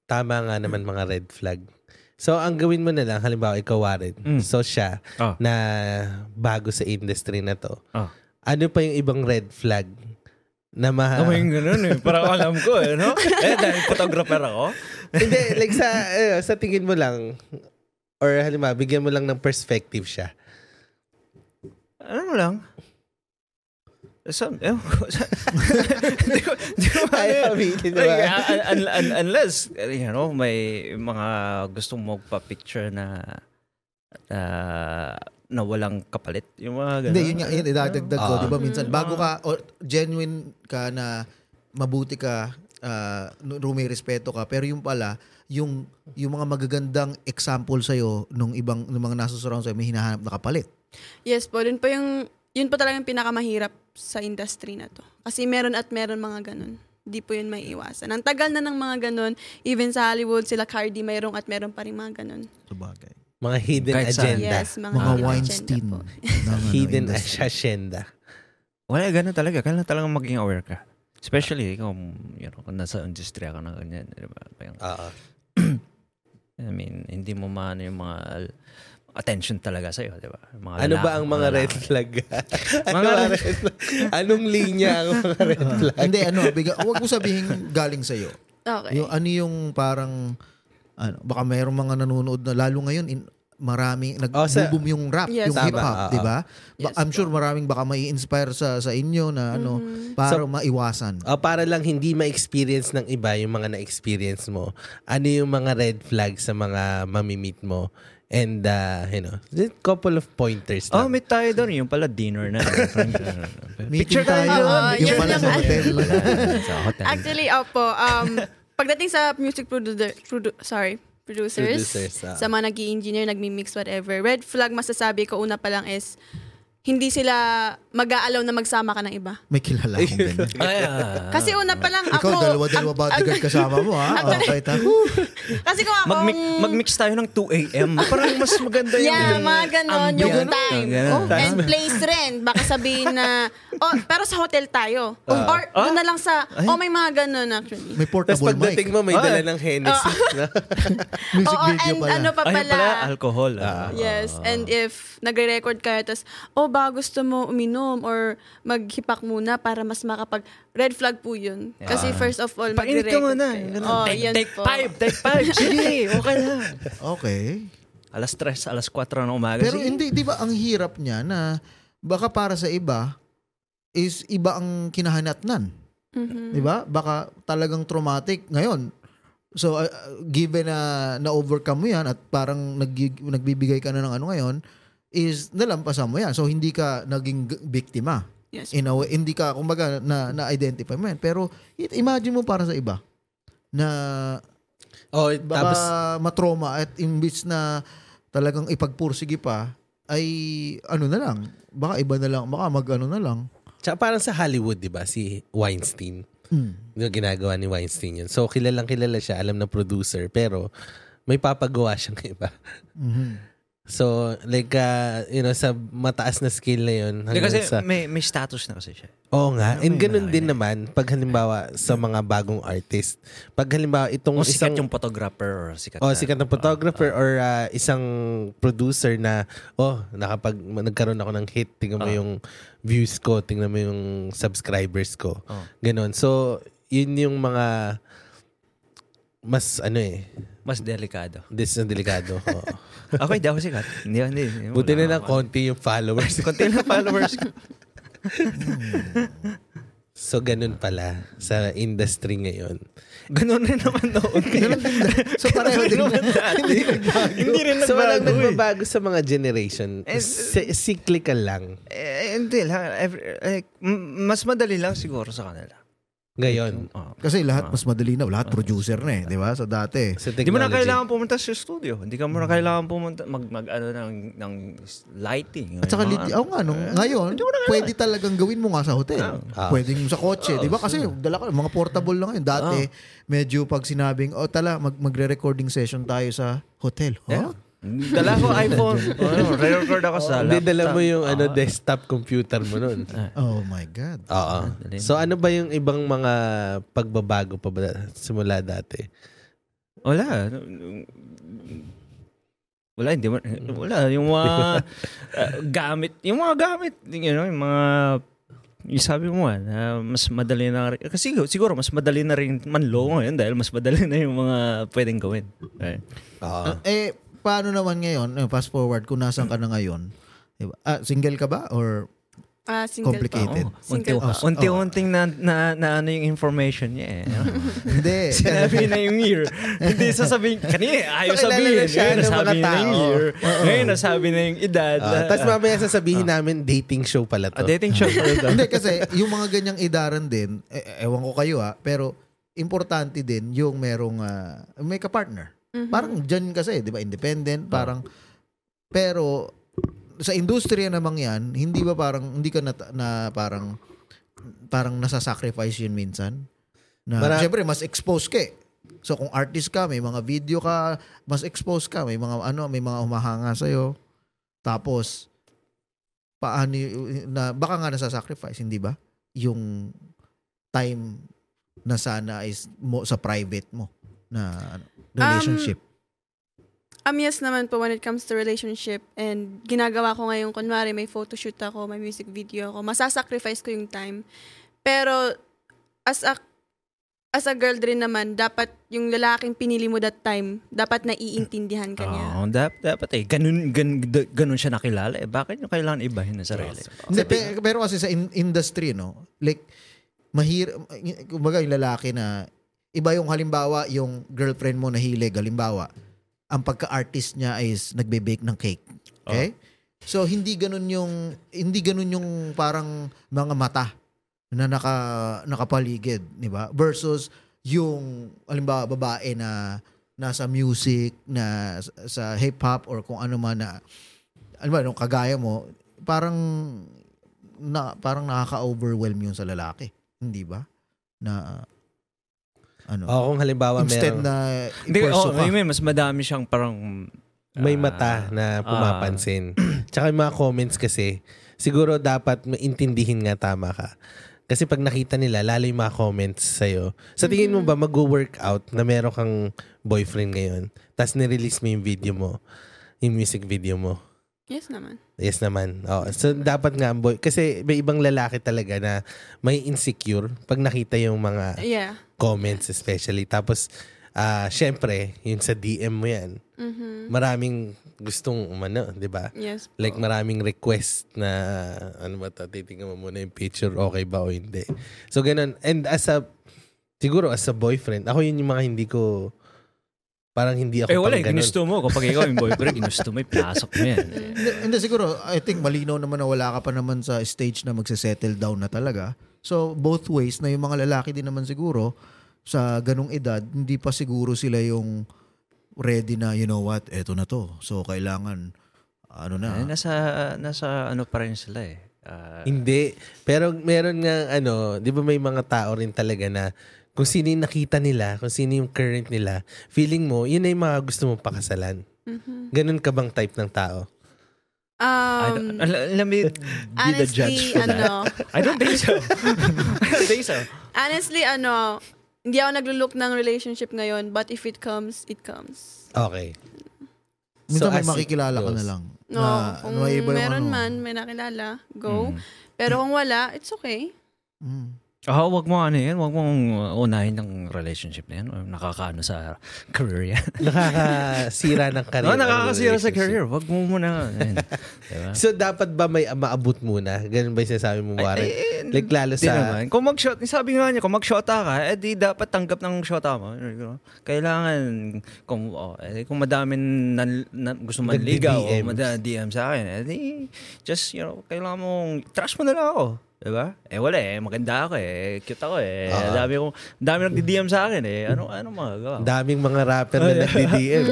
[SPEAKER 1] Tama nga naman mga red flag. So, ang gawin mo na lang, halimbawa, ikaw, Warren.
[SPEAKER 3] Mm.
[SPEAKER 1] So, siya,
[SPEAKER 3] Ah.
[SPEAKER 1] na bago sa industry na to.
[SPEAKER 3] Ah.
[SPEAKER 1] Ano pa yung ibang red flag na ma...
[SPEAKER 3] Ano yung ganun eh. Parang alam ko eh, [laughs] no? Eh, dahil photographer ako.
[SPEAKER 1] Hindi, like sa, eh, sa tingin mo lang, or halimbawa, bigyan mo lang ng perspective siya.
[SPEAKER 3] Ano lang? Some, ewan ko. [laughs] Hindi ko, hindi ko
[SPEAKER 1] Ay,
[SPEAKER 3] maano yun.
[SPEAKER 1] aminin mo
[SPEAKER 3] Like,
[SPEAKER 1] ba?
[SPEAKER 3] un- un- un- unless, eh, you know, may mga gustong magpa-picture na ah, na walang kapalit. Yung mga ganun.
[SPEAKER 2] Hindi, yun, nga, yun idadagdag ko.
[SPEAKER 1] Ah.
[SPEAKER 2] Di ba minsan, bago ka, or genuine ka na mabuti ka, uh, rumirespeto ka, pero yung pala, yung, yung mga magagandang example sa'yo nung ibang, nung mga nasa surround sa'yo, may hinahanap na kapalit.
[SPEAKER 4] Yes po, dun po yung, yun po talaga yung pinakamahirap sa industry na to. Kasi meron at meron mga ganun. Di po yun may iwasan. Ang tagal na ng mga ganun, even sa Hollywood, sila Cardi, mayroong at meron pa rin mga ganun.
[SPEAKER 2] Sabagay.
[SPEAKER 1] Mga hidden
[SPEAKER 3] Kahit saan.
[SPEAKER 1] agenda.
[SPEAKER 4] Yes, mga,
[SPEAKER 2] Mga
[SPEAKER 4] hidden agenda
[SPEAKER 2] Weinstein.
[SPEAKER 4] Ah, po.
[SPEAKER 2] ng, ano,
[SPEAKER 1] Hidden
[SPEAKER 2] industry.
[SPEAKER 1] agenda.
[SPEAKER 3] Wala, ganun talaga. Kailangan talagang maging aware ka. Especially kung, you know, kung nasa industry ka na ganyan. Di ba? Parang,
[SPEAKER 1] Oo.
[SPEAKER 3] I mean, hindi mo maano yung mga l- attention talaga sa'yo, di ba? Mga
[SPEAKER 1] Ano
[SPEAKER 3] lalaki,
[SPEAKER 1] ba ang mga red
[SPEAKER 3] lalaki.
[SPEAKER 1] flag? ano
[SPEAKER 3] Mga
[SPEAKER 1] mga
[SPEAKER 3] red-
[SPEAKER 1] red flag? Anong linya ang mga red
[SPEAKER 2] Ah, hindi, ano, biga, huwag mo sabihin galing sa'yo.
[SPEAKER 4] Okay.
[SPEAKER 2] Yung, ano yung parang, ano, baka mayroong mga nanonood na, lalo ngayon, in, marami,
[SPEAKER 1] Oh, sa-
[SPEAKER 2] nag-boom yung rap,
[SPEAKER 4] Yes,
[SPEAKER 2] yung
[SPEAKER 1] tama,
[SPEAKER 2] hip-hop,
[SPEAKER 1] oo.
[SPEAKER 2] di ba? Ba-
[SPEAKER 4] Yes,
[SPEAKER 2] I'm sure maraming baka may inspire sa, sa inyo na ano,
[SPEAKER 4] Mm-hmm.
[SPEAKER 2] para maiwasan.
[SPEAKER 1] O para lang hindi ma-experience ng iba yung mga na-experience mo. Ano yung mga red flag sa mga mamimit mo? And, uh, you know, just couple of pointers
[SPEAKER 3] Oh,
[SPEAKER 1] lang.
[SPEAKER 3] may tayo doon. Yung pala dinner
[SPEAKER 1] [laughs]
[SPEAKER 3] na.
[SPEAKER 2] Meeting tayo.
[SPEAKER 4] Oo,
[SPEAKER 2] yung
[SPEAKER 4] yun
[SPEAKER 2] pala
[SPEAKER 4] lang.
[SPEAKER 2] sa
[SPEAKER 1] [laughs]
[SPEAKER 2] hotel.
[SPEAKER 3] sa hotel.
[SPEAKER 4] Actually, opo, um, pagdating sa music producer, produ- sorry, producers,
[SPEAKER 1] Producers, ah.
[SPEAKER 4] sa mga nag engineer nagmi-mix, whatever, red flag masasabi ko una pa lang is, hindi sila mag-aalaw na magsama ka ng iba.
[SPEAKER 2] May kilala akong ganyan.
[SPEAKER 3] Ay, ah.
[SPEAKER 4] Kasi una pa lang ako...
[SPEAKER 2] Ikaw, dalawa-dalawa
[SPEAKER 4] ang-
[SPEAKER 2] bodyguard kasama mo,
[SPEAKER 4] [laughs]
[SPEAKER 2] ha?
[SPEAKER 4] Ako-
[SPEAKER 2] Oh, kahit ha?
[SPEAKER 4] [laughs] Kasi kung ako...
[SPEAKER 3] Mag-mix,
[SPEAKER 1] Um,
[SPEAKER 3] mag-mix tayo ng 2 a.m. Parang mas maganda yung...
[SPEAKER 4] Yeah, mga ganon. Yung
[SPEAKER 3] ambient.
[SPEAKER 4] time.
[SPEAKER 3] Ganun.
[SPEAKER 4] Oh, and place rin. Baka sabihin na, oh, pero sa hotel tayo. Or doon na lang sa, oh, may mga ganon actually.
[SPEAKER 2] May
[SPEAKER 1] Tapos
[SPEAKER 2] portable mic.
[SPEAKER 1] pagdating mo, may dala ng Hennessy. no?
[SPEAKER 2] Music
[SPEAKER 4] Oo,
[SPEAKER 2] video
[SPEAKER 4] and
[SPEAKER 2] pala.
[SPEAKER 4] ano pa
[SPEAKER 3] Ay,
[SPEAKER 4] pala.
[SPEAKER 3] pala, alcohol. ah.
[SPEAKER 4] Yes, and if nagre-record kayo, tas, oh, baka gusto mo uminom or maghipak muna para mas makapag... Red flag po yun. Kasi first of all,
[SPEAKER 3] Painit
[SPEAKER 4] magre-record
[SPEAKER 3] ka muna.
[SPEAKER 4] kayo.
[SPEAKER 3] Ganun.
[SPEAKER 4] Oh,
[SPEAKER 3] take,
[SPEAKER 4] yun
[SPEAKER 3] take
[SPEAKER 4] po.
[SPEAKER 3] five, take
[SPEAKER 4] [laughs]
[SPEAKER 3] five. Sige, okay na.
[SPEAKER 4] ano-
[SPEAKER 2] Okay.
[SPEAKER 3] ah. Alas 3, alas 4 ng umaga.
[SPEAKER 2] Pero
[SPEAKER 3] Ano, Sige.
[SPEAKER 2] hindi, di ba ang hirap niya na baka para sa iba is iba ang kinahanatnan. Di
[SPEAKER 4] Mhm.
[SPEAKER 2] ba? Baka talagang traumatic. Ngayon, So uh, given na na-overcome mo 'yan at parang nag, nagbibigay ka na ng ano ngayon is nalampasan mo 'yan. So hindi ka naging g- biktima.
[SPEAKER 4] Yes.
[SPEAKER 2] In a way, hindi ka kumbaga na na-identify mo 'yan. Pero it, imagine mo para sa iba na
[SPEAKER 1] Oh,
[SPEAKER 2] baka
[SPEAKER 1] tapos
[SPEAKER 2] matroma at imbis na talagang ipagpursige pa ay ano na lang baka iba na lang baka mag ano na lang
[SPEAKER 1] tsaka parang sa Hollywood, 'di ba, si Weinstein. Yung ginagawa ni Weinstein yun. So, kilalang kilala siya, alam na producer, pero may papagawa siyang [laughs] iba.
[SPEAKER 2] Mhm.
[SPEAKER 1] So, like, uh, you know, sa mataas na skill na yun.
[SPEAKER 3] Hindi,
[SPEAKER 1] hanggang
[SPEAKER 3] kasi
[SPEAKER 1] sa,
[SPEAKER 3] may, may status na kasi siya.
[SPEAKER 1] oo nga. And
[SPEAKER 3] may
[SPEAKER 1] ganun
[SPEAKER 3] mga
[SPEAKER 1] din
[SPEAKER 3] ganyan.
[SPEAKER 1] naman, pag halimbawa sa mga bagong artist, pag halimbawa itong
[SPEAKER 3] O
[SPEAKER 1] isang...
[SPEAKER 3] Oh, sikat yung Ah, photographer or sikat
[SPEAKER 1] Oh,
[SPEAKER 3] na-
[SPEAKER 1] sikat na photographer or uh, isang producer na oh, nakapag nagkaroon ako ng hit, tingnan mo
[SPEAKER 3] Ah.
[SPEAKER 1] yung views ko, tingnan mo yung subscribers ko.
[SPEAKER 3] Oh.
[SPEAKER 1] Ganon. So, yun yung mga mas ano eh,
[SPEAKER 3] Mas delikado.
[SPEAKER 1] this ang
[SPEAKER 3] [laughs]
[SPEAKER 1] delikado. Oo.
[SPEAKER 3] Ako hindi ako sikat. Hindi, hindi. hindi
[SPEAKER 1] Buti na
[SPEAKER 3] wala
[SPEAKER 1] lang
[SPEAKER 3] ako.
[SPEAKER 1] konti yung followers.
[SPEAKER 3] Konti lang followers.
[SPEAKER 1] [laughs] so, ganun pala sa industry ngayon.
[SPEAKER 3] [laughs] Ganun rin naman noon.
[SPEAKER 2] Ganun din na. So pareho din na.
[SPEAKER 3] Hindi rin
[SPEAKER 1] [laughs]
[SPEAKER 3] Hindi rin
[SPEAKER 1] so, walang
[SPEAKER 3] nagbago eh.
[SPEAKER 1] nagbabago sa mga generation.
[SPEAKER 3] Eh,
[SPEAKER 1] Si- cyclical lang.
[SPEAKER 3] [laughs] Eh, hindi lang. Every- like, m- mas madali lang siguro sa kanila.
[SPEAKER 1] Ngayon.
[SPEAKER 3] Oh.
[SPEAKER 2] Kasi lahat mas madali na, lahat producer na eh, 'di ba? So dati.
[SPEAKER 1] Sa
[SPEAKER 3] Hindi mo na
[SPEAKER 1] technology.
[SPEAKER 3] kailangan pumunta sa studio. Hindi ka mo na kailangan pumunta mag, mag ano ng, ng lighting.
[SPEAKER 2] At saka lit-
[SPEAKER 3] Mga-
[SPEAKER 2] oh, nga, nung, ngayon, pwede talagang gawin mo nga sa hotel.
[SPEAKER 1] Ah.
[SPEAKER 2] Pwede yung sa kotse, 'di ba? Kasi dala ka mga portable lang ngayon. Dati medyo pag sinabing, "Oh, tala, mag- magre-recording session tayo sa hotel." Huh?
[SPEAKER 3] Yeah. Dala ko iPhone. ano, re-record ako sa
[SPEAKER 1] Hindi,
[SPEAKER 3] laptop.
[SPEAKER 1] dala mo yung ano,
[SPEAKER 3] Ah.
[SPEAKER 1] desktop computer mo
[SPEAKER 3] [laughs]
[SPEAKER 1] nun.
[SPEAKER 2] Oh my god.
[SPEAKER 1] Oo.
[SPEAKER 3] dali.
[SPEAKER 1] So ano ba yung ibang mga pagbabago pa ba simula dati?
[SPEAKER 3] Wala. Wala, hindi mo, wala. Yung
[SPEAKER 1] [laughs]
[SPEAKER 3] mga uh, gamit, yung mga gamit, you know, yung mga, yung sabi mo nga, na mas madali na, rin- kasi siguro mas madali na rin manlo ngayon dahil mas madali na yung mga pwedeng gawin. Right?
[SPEAKER 1] Oo.
[SPEAKER 3] Ah.
[SPEAKER 2] Eh, paano naman ngayon? Eh, Fast forward, kung nasan ka na ngayon. Diba? Ah, single ka ba? Or
[SPEAKER 4] Ah,
[SPEAKER 1] Oh,
[SPEAKER 4] single pa.
[SPEAKER 2] complicated?
[SPEAKER 3] Unti,
[SPEAKER 4] Single
[SPEAKER 2] pa.
[SPEAKER 3] unti-unting na, na, na ano yung information niya eh.
[SPEAKER 1] [laughs]
[SPEAKER 2] Hindi.
[SPEAKER 3] Sinabi na yung year. Hindi sasabihin, kanina ayaw
[SPEAKER 1] Nakilala
[SPEAKER 3] sabihin.
[SPEAKER 1] na siya
[SPEAKER 3] Ngayon
[SPEAKER 1] ng mga
[SPEAKER 3] nasabi na yung
[SPEAKER 1] tao.
[SPEAKER 3] year. Ngayon nasabi na yung edad.
[SPEAKER 1] Ah, Tapos
[SPEAKER 3] Ah,
[SPEAKER 1] mamaya sasabihin namin dating show pala
[SPEAKER 3] ah,
[SPEAKER 1] to.
[SPEAKER 3] dating show.
[SPEAKER 2] [laughs]
[SPEAKER 1] [laughs]
[SPEAKER 2] Hindi kasi yung mga ganyang idaran din, eh, ewan ko kayo ha, pero importante din yung merong ah, may ka-partner. Parang dyan kasi, di ba, independent, parang, pero sa industriya namang yan, hindi ba parang, hindi ka na, na parang, parang nasasacrifice yun minsan? Na,
[SPEAKER 1] Mara-
[SPEAKER 2] Siyempre, mas exposed ka eh. So kung artist ka, may mga video ka, mas exposed ka, may mga ano, may mga humahanga sa'yo. Tapos, paano y- na baka nga nasa-sacrifice, hindi ba? Yung time na sana is mo, sa private mo na ano, relationship.
[SPEAKER 4] Um, yes naman po when it comes to relationship and ginagawa ko ngayon, kunwari may photoshoot ako, may music video ako, masasacrifice ko yung time. Pero as a as a girl din naman, dapat yung lalaking pinili mo that time, dapat naiintindihan ka niya.
[SPEAKER 3] Oo, dap- dapat eh. Ganun, gan, da- ganun siya nakilala eh. Bakit nyo kailangan ibahin na sarili?
[SPEAKER 2] Hindi, pe- pero kasi sa in- industry, no? Like, mahir, kumbaga yung lalaki na, iba yung halimbawa, yung girlfriend mo na hilig, halimbawa, ang pagka-artist niya is nagbe-bake ng cake. Okay? So, hindi ganun yung, hindi ganun yung parang mga mata na naka, nakapaligid, di ba? Versus yung, halimbawa, babae na nasa music, na sa- sa hip-hop or kung ano man na ano ba, nung kagaya mo, parang na parang nakaka-overwhelm yun sa lalaki, hindi ba? Na ano,
[SPEAKER 1] O kung halimbawa
[SPEAKER 2] instead
[SPEAKER 1] meron,
[SPEAKER 2] na
[SPEAKER 3] Hindi,
[SPEAKER 2] iperso
[SPEAKER 3] oh,
[SPEAKER 2] ka.
[SPEAKER 3] I mean, mas madami siyang parang...
[SPEAKER 1] may
[SPEAKER 3] ah,
[SPEAKER 1] mata na pumapansin. [clears throat] Tsaka yung mga comments kasi, siguro dapat maintindihin nga tama ka. Kasi pag nakita nila, lalo yung mga comments sa'yo. Sa tingin mo ba mag-workout na meron kang boyfriend ngayon, tapos nirelease mo yung video mo, yung music video mo?
[SPEAKER 4] Yes naman.
[SPEAKER 1] Yes naman. Oo. So, dapat nga, boy, kasi may ibang lalaki talaga na may insecure pag nakita yung mga
[SPEAKER 4] Yeah.
[SPEAKER 1] comments especially. Tapos, ah syempre, yung sa DM mo yan,
[SPEAKER 4] Mhm.
[SPEAKER 1] maraming gustong umano, di ba?
[SPEAKER 4] Yes. po.
[SPEAKER 1] Like maraming request na ano ba to, titingnan mo muna yung picture, okay ba o hindi. So ganun. And as a, siguro as a boyfriend, ako yun yung mga hindi ko Parang hindi ako
[SPEAKER 3] Eh wala,
[SPEAKER 1] pang ganun.
[SPEAKER 3] ginusto mo. Kapag ikaw yung boyfriend, ginusto mo, ipasok mo yan.
[SPEAKER 2] Hindi, hindi, siguro, I think malinaw naman na wala ka pa naman sa stage na magsisettle down na talaga. So, both ways na yung mga lalaki din naman siguro sa ganong edad, hindi pa siguro sila yung ready na, you know what, eto na to. So, kailangan, ano
[SPEAKER 3] Eh,
[SPEAKER 2] na.
[SPEAKER 3] nasa, nasa ano pa rin sila eh. Ah,
[SPEAKER 1] Hindi. Pero meron nga ano, 'di ba may mga tao rin talaga na kung sino yung nakita nila, kung sino yung current nila, feeling mo, yun na yung mga gusto mong pakasalan.
[SPEAKER 3] Mm-hmm.
[SPEAKER 4] Mhm.
[SPEAKER 1] Ganun ka bang type ng tao?
[SPEAKER 3] I
[SPEAKER 4] Um,
[SPEAKER 3] don't- let let me be the judge
[SPEAKER 4] honestly,
[SPEAKER 3] for that.
[SPEAKER 4] ano,
[SPEAKER 3] I don't think so. [laughs] I don't think so.
[SPEAKER 4] honestly, ano, hindi ako naglulook ng relationship ngayon, but if it comes, it comes.
[SPEAKER 1] Okay.
[SPEAKER 2] Minsan may
[SPEAKER 1] as it
[SPEAKER 2] makikilala ka
[SPEAKER 1] goes.
[SPEAKER 2] na lang.
[SPEAKER 4] No,
[SPEAKER 2] na,
[SPEAKER 4] kung
[SPEAKER 2] may iba yung
[SPEAKER 4] meron
[SPEAKER 2] ano.
[SPEAKER 4] man, may nakilala, go.
[SPEAKER 1] Hmm.
[SPEAKER 3] Mm.
[SPEAKER 4] Pero kung wala, it's okay.
[SPEAKER 2] Mm.
[SPEAKER 3] Ah, wag mo ano yan, wag mong uh, unahin ng relationship na yan. Or Nakakaano sa [laughs] career yan.
[SPEAKER 1] Nakakasira
[SPEAKER 3] [laughs]
[SPEAKER 1] ng career.
[SPEAKER 3] Oh,
[SPEAKER 1] ang
[SPEAKER 3] nakakasira sa
[SPEAKER 1] relationship.
[SPEAKER 3] career. Wag mo muna. [laughs] Ayun. Diba?
[SPEAKER 1] So, dapat ba may maabot muna? Ganun ba yung sinasabi mo, Warren?
[SPEAKER 4] eh,
[SPEAKER 1] like, lalo sa...
[SPEAKER 3] Di eh, naman. Kung mag-shot, sabi nga niya, kung mag-shota ka, eh di dapat tanggap ng shota mo. Kailangan, kung, oh, eh, kung madami nan, nan- gusto manligaw o
[SPEAKER 1] Nagdi-DM.
[SPEAKER 3] madami DM sa akin, eh di, just, you know, kailangan mong, trust mo na lang ako. Diba? Eh wala eh, maganda ako eh, cute ako eh,
[SPEAKER 1] Ah.
[SPEAKER 3] dami ko, dami nagdi-DM sa akin eh, ano, ano magagawa?
[SPEAKER 1] Ang daming mga rapper na
[SPEAKER 4] [laughs]
[SPEAKER 1] nagdi-DM.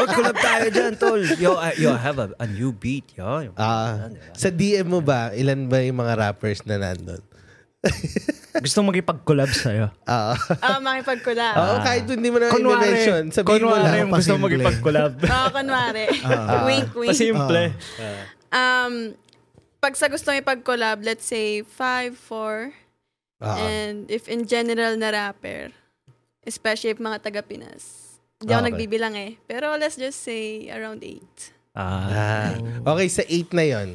[SPEAKER 3] Huwag collab tayo dyan, tol. Yo, I, yo, I have a, a new beat, yo.
[SPEAKER 1] [laughs] Ah, sa DM mo ba, ilan ba yung mga rappers na nandun?
[SPEAKER 3] Gusto magipag-collab sa'yo.
[SPEAKER 1] Ah, [laughs]
[SPEAKER 4] Ah, makipag-collab.
[SPEAKER 1] Oo, kahit hindi mo na i-mention, sabihin mo
[SPEAKER 3] kunwari
[SPEAKER 1] lang.
[SPEAKER 3] yung gusto
[SPEAKER 2] pasimple.
[SPEAKER 3] magipag-collab.
[SPEAKER 4] Oo, Ah,
[SPEAKER 1] [laughs]
[SPEAKER 4] kunwari.
[SPEAKER 1] Ah.
[SPEAKER 4] [laughs] wink, wink.
[SPEAKER 3] Pasimple.
[SPEAKER 4] Um, pag sa gusto may pag-collab, let's say 5, 4,
[SPEAKER 1] Ah.
[SPEAKER 4] and if in general na rapper, especially if mga taga-Pinas. Hindi ako
[SPEAKER 1] Ah, okay.
[SPEAKER 4] nagbibilang eh. Pero let's just say around 8.
[SPEAKER 1] Ah,
[SPEAKER 3] Ah.
[SPEAKER 1] okay, sa 8 na yon.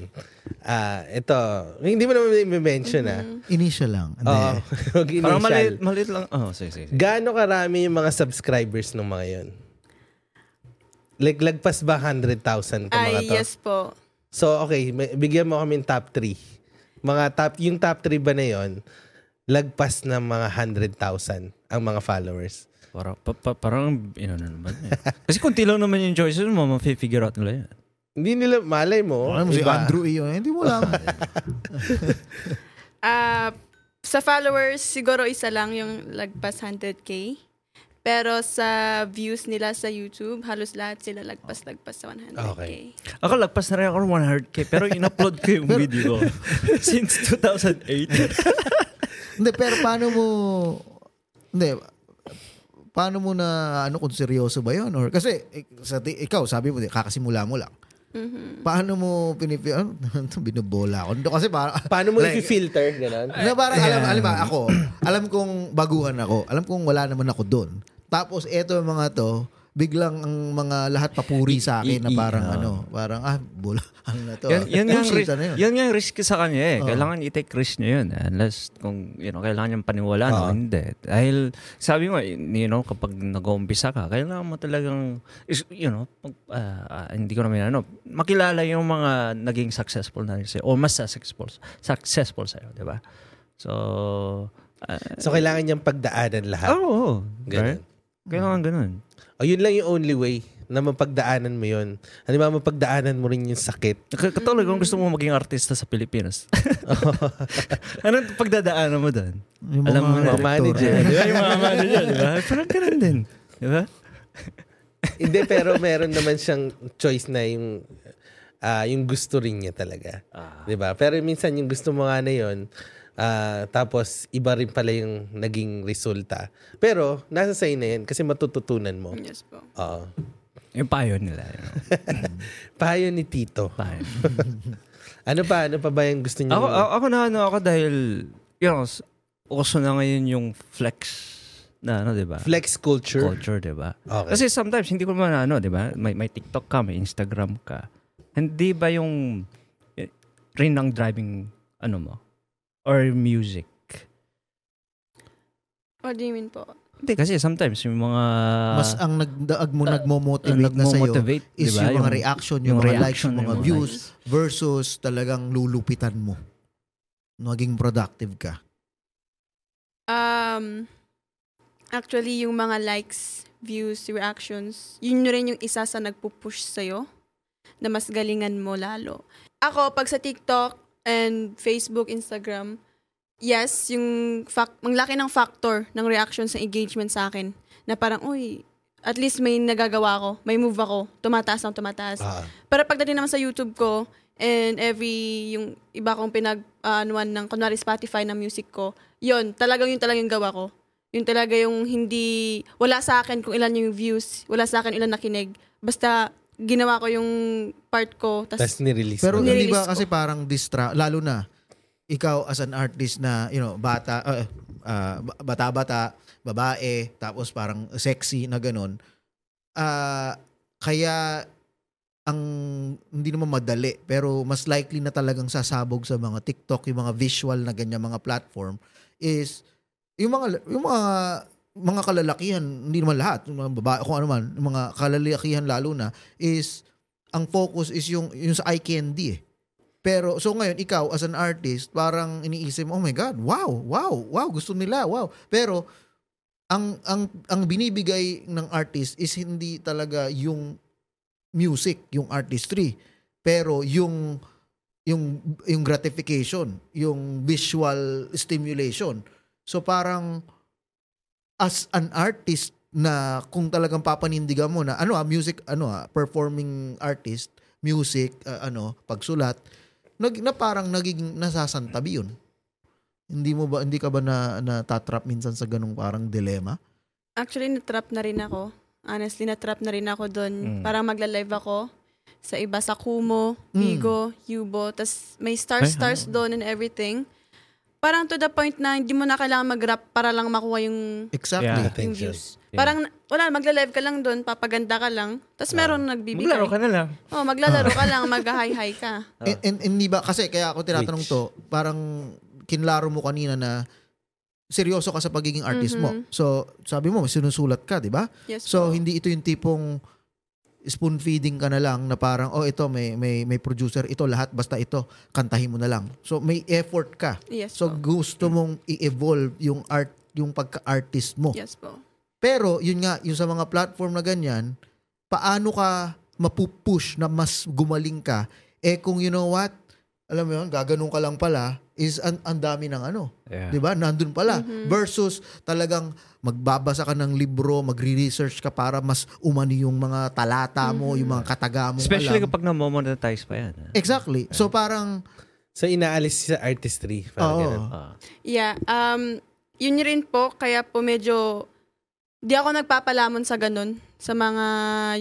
[SPEAKER 1] Ah, ito, hindi mo naman i-mention
[SPEAKER 4] Mm-hmm.
[SPEAKER 2] Initial lang. Hindi.
[SPEAKER 1] [laughs] ah. Oo, wag
[SPEAKER 3] Parang
[SPEAKER 1] initial.
[SPEAKER 3] maliit, maliit lang. Oh, sige, sige. sige.
[SPEAKER 1] Gaano karami yung mga subscribers ng mga yon? Like, lagpas ba 100,000 to mga
[SPEAKER 4] Ay,
[SPEAKER 1] to?
[SPEAKER 4] Ah, yes po.
[SPEAKER 1] So, okay, may- bigyan mo kami ng top 3. Mga top, yung top 3 ba na yon, lagpas ng mga 100,000 ang mga followers.
[SPEAKER 3] Parang, pa, pa, parang, ano na naman. Eh. [laughs] Kasi kunti lang naman yung choices mo, ma-figure out nila yan.
[SPEAKER 1] Hindi nila, malay mo.
[SPEAKER 2] Alam mo si
[SPEAKER 1] iba.
[SPEAKER 2] Andrew iyon. Hindi mo lang.
[SPEAKER 1] [laughs]
[SPEAKER 4] Ah, sa followers, siguro isa lang yung lagpas 100k. Pero sa views nila sa YouTube, halos lahat sila lagpas-lagpas sa 100k.
[SPEAKER 1] Okay.
[SPEAKER 3] Ako lagpas na rin ako ng 100k, pero in-upload ko yung video ko [laughs] since 2008.
[SPEAKER 2] Hindi, pero paano mo... Hindi, paano mo na ano kung seryoso ba yun? Or, kasi ik- sa, ti- ikaw, sabi mo, di- kakasimula mo lang. Paano mo pinipi... Ano, [laughs] binubola ako. Hindi, Kasi parang...
[SPEAKER 1] Paano mo
[SPEAKER 2] Like-
[SPEAKER 1] i-filter? Ganon?
[SPEAKER 2] na parang alam, alam ba, ako, alam kong baguhan ako. Alam kong wala naman ako doon. Tapos eto yung mga to, biglang ang mga lahat papuri sa akin na
[SPEAKER 3] I- i-
[SPEAKER 2] parang
[SPEAKER 3] oh.
[SPEAKER 2] ano, parang ah, bola, [laughs] ano na to. ah.
[SPEAKER 3] yan, yan, nga yung,
[SPEAKER 2] Bullshit,
[SPEAKER 3] ri-
[SPEAKER 2] ano yun?
[SPEAKER 3] yan nga yung risk sa kanya eh.
[SPEAKER 2] Oo.
[SPEAKER 3] Kailangan i-take risk niya yun. eh. Unless kung, you know, kailangan niyang paniwalaan
[SPEAKER 1] Oo.
[SPEAKER 3] o hindi. Dahil, sabi mo, eh, you know, kapag nag-uumpisa ka, kailangan mo talagang, is- you know, pag- ah, ah, hindi ko naman ano, makilala yung mga naging successful na rin sa'yo o mas successful, successful sa'yo, di ba? So, ah,
[SPEAKER 1] So, kailangan niyang pagdaanan lahat.
[SPEAKER 3] oo. Oh,
[SPEAKER 1] Ah. Ganun.
[SPEAKER 3] Kailangan ganun.
[SPEAKER 1] O yun lang yung only way na mapagdaanan mo yun. Halimbawa, mapagdaanan mo rin yung sakit.
[SPEAKER 3] K- Katulad kung gusto mo maging artista sa Pilipinas. [laughs] Anong pagdadaanan mo doon?
[SPEAKER 2] Yung
[SPEAKER 3] alam mo na,
[SPEAKER 1] Mga
[SPEAKER 2] director.
[SPEAKER 1] manager.
[SPEAKER 3] Di ba [laughs] yung mga manager, di [laughs] ba? Parang ganun din. Di ba?
[SPEAKER 1] Hindi, pero meron naman siyang choice na yung ah, yung gusto rin niya talaga.
[SPEAKER 3] Ah.
[SPEAKER 1] 'Di ba? Pero minsan yung gusto mo nga na yun, ah, tapos iba rin pala yung naging resulta. Pero nasa sa'yo na yun kasi matututunan mo.
[SPEAKER 4] Yes po.
[SPEAKER 1] Oo.
[SPEAKER 3] Yung payo nila. You know?
[SPEAKER 1] Payo ni Tito.
[SPEAKER 3] payo.
[SPEAKER 1] Ano pa? Ano pa ba yung
[SPEAKER 2] Mm.
[SPEAKER 1] gusto niyo?
[SPEAKER 3] ako, a- ako na ano ako dahil, you know, s- uso na ngayon yung flex na ano, di ba?
[SPEAKER 1] Flex culture.
[SPEAKER 3] Culture, di ba?
[SPEAKER 1] Okay.
[SPEAKER 3] Kasi sometimes, hindi ko naman ano, di ba? May, may TikTok ka, may Instagram ka. Hindi ba yung eh, rin ng driving, ano mo? Or music?
[SPEAKER 4] What do you mean po?
[SPEAKER 3] Hindi kasi sometimes yung mga...
[SPEAKER 2] Mas ang nagdaag mo
[SPEAKER 3] uh, ang
[SPEAKER 2] nagmo-motivate na sa'yo
[SPEAKER 3] nagmo-motivate,
[SPEAKER 2] is
[SPEAKER 3] di ba?
[SPEAKER 2] yung mga reaction, yung,
[SPEAKER 3] yung
[SPEAKER 2] mga
[SPEAKER 3] reaction,
[SPEAKER 2] likes, yung
[SPEAKER 3] yung
[SPEAKER 2] mga
[SPEAKER 3] mga
[SPEAKER 2] views versus talagang lulupitan mo. Maging productive ka.
[SPEAKER 4] Um, actually, yung mga likes, views, reactions, yun rin yung isa sa nagpupush sa'yo na mas galingan mo lalo. Ako, pag sa TikTok and Facebook, Instagram, yes, yung fac- ang laki ng factor ng reaction sa engagement sa akin na parang, uy, at least may nagagawa ko, may move ako, tumataas ng tumataas.
[SPEAKER 1] Ah.
[SPEAKER 4] Pero pagdating naman sa YouTube ko, and every, yung iba kong pinag, ah, anuan ng, kunwari Spotify na music ko, yon talagang yun talagang gawa ko. Yun talaga yung hindi, wala sa akin kung ilan yung views, wala sa akin ilan nakinig. Basta, ginawa ko yung part ko,
[SPEAKER 1] Tapos
[SPEAKER 4] tas
[SPEAKER 1] nirelease
[SPEAKER 2] Pero
[SPEAKER 1] mo na.
[SPEAKER 4] Nirelease
[SPEAKER 2] hindi ba
[SPEAKER 4] ko.
[SPEAKER 2] kasi parang distra lalo na ikaw as an artist na you know bata ah, ah, ba- bata-bata, babae, tapos parang sexy na ganun. Ah, kaya ang hindi naman madali pero mas likely na talagang sasabog sa mga TikTok yung mga visual na ganyan mga platform is yung mga yung mga mga kalalakihan hindi naman lahat yung mga babae kung ano man yung mga kalalakihan lalo na is ang focus is yung yung sa eye candy eh. Pero so ngayon ikaw as an artist parang iniisip mo, oh my god, wow, wow, wow, gusto nila, wow. Pero ang ang ang binibigay ng artist is hindi talaga yung music, yung artistry, pero yung yung yung gratification, yung visual stimulation. So parang as an artist na kung talagang papanindigan mo na ano ah music ano ah performing artist, music ah, ano pagsulat nag, na parang nagiging nasasantabi yun. Hindi mo ba hindi ka ba na natatrap minsan sa ganung parang dilemma?
[SPEAKER 4] actually natrap na rin ako. Honestly, natrap na rin ako doon.
[SPEAKER 3] Mm.
[SPEAKER 4] Parang magla-live ako sa iba, sa Kumo,
[SPEAKER 2] Mm.
[SPEAKER 4] Vigo, Yubo. Tapos may
[SPEAKER 3] Ay,
[SPEAKER 4] stars-stars doon and everything. Parang to the point na hindi mo na kailangan mag-rap para lang makuha yung
[SPEAKER 2] Exactly.
[SPEAKER 3] Yeah.
[SPEAKER 4] yung
[SPEAKER 1] Attention.
[SPEAKER 4] views.
[SPEAKER 3] Yeah.
[SPEAKER 4] Parang, wala, magla-live ka lang doon, papaganda ka lang, tapos meron nagbibigay.
[SPEAKER 3] Maglaro ka Ah. na lang.
[SPEAKER 4] Oh, maglalaro ka lang, mag-hi-hi ka.
[SPEAKER 3] [laughs]
[SPEAKER 2] And, and, and di ba kasi kaya ako tinatanong
[SPEAKER 3] Which-
[SPEAKER 2] to, parang kinlaro mo kanina na seryoso ka sa pagiging artist mo.
[SPEAKER 4] Mhm.
[SPEAKER 2] So, sabi mo, sinusulat ka, di ba?
[SPEAKER 4] Yes
[SPEAKER 2] So,
[SPEAKER 4] po.
[SPEAKER 2] hindi ito yung tipong spoon feeding ka na lang na parang, oh, ito, may, may, may producer, ito lahat, basta ito, kantahin mo na lang. So, may effort ka.
[SPEAKER 4] yes
[SPEAKER 2] So,
[SPEAKER 4] po.
[SPEAKER 2] gusto mong i-evolve yung art, yung pagka-artist mo.
[SPEAKER 4] Yes po.
[SPEAKER 2] Pero, yun nga, yung sa mga platform na ganyan, paano ka mapupush na mas gumaling ka? Eh kung you know what, alam mo yun, gaganong ka lang pala, is an- ang dami ng ano.
[SPEAKER 3] Yeah.
[SPEAKER 2] 'Di ba? Nandun pala versus talagang magbabasa ka ng libro, magre-research ka para mas umani yung mga talata mo, yung mga kataga mo
[SPEAKER 3] Especially
[SPEAKER 2] alam.
[SPEAKER 3] kapag na-monetize pa yan. ah.
[SPEAKER 2] Exactly. So parang
[SPEAKER 1] So inaalis siya sa artistry. Parang
[SPEAKER 2] oo.
[SPEAKER 1] ganun.
[SPEAKER 3] Ah.
[SPEAKER 4] Yeah, um, yun rin po, kaya po medyo, di ako nagpapalamon sa ganun, sa mga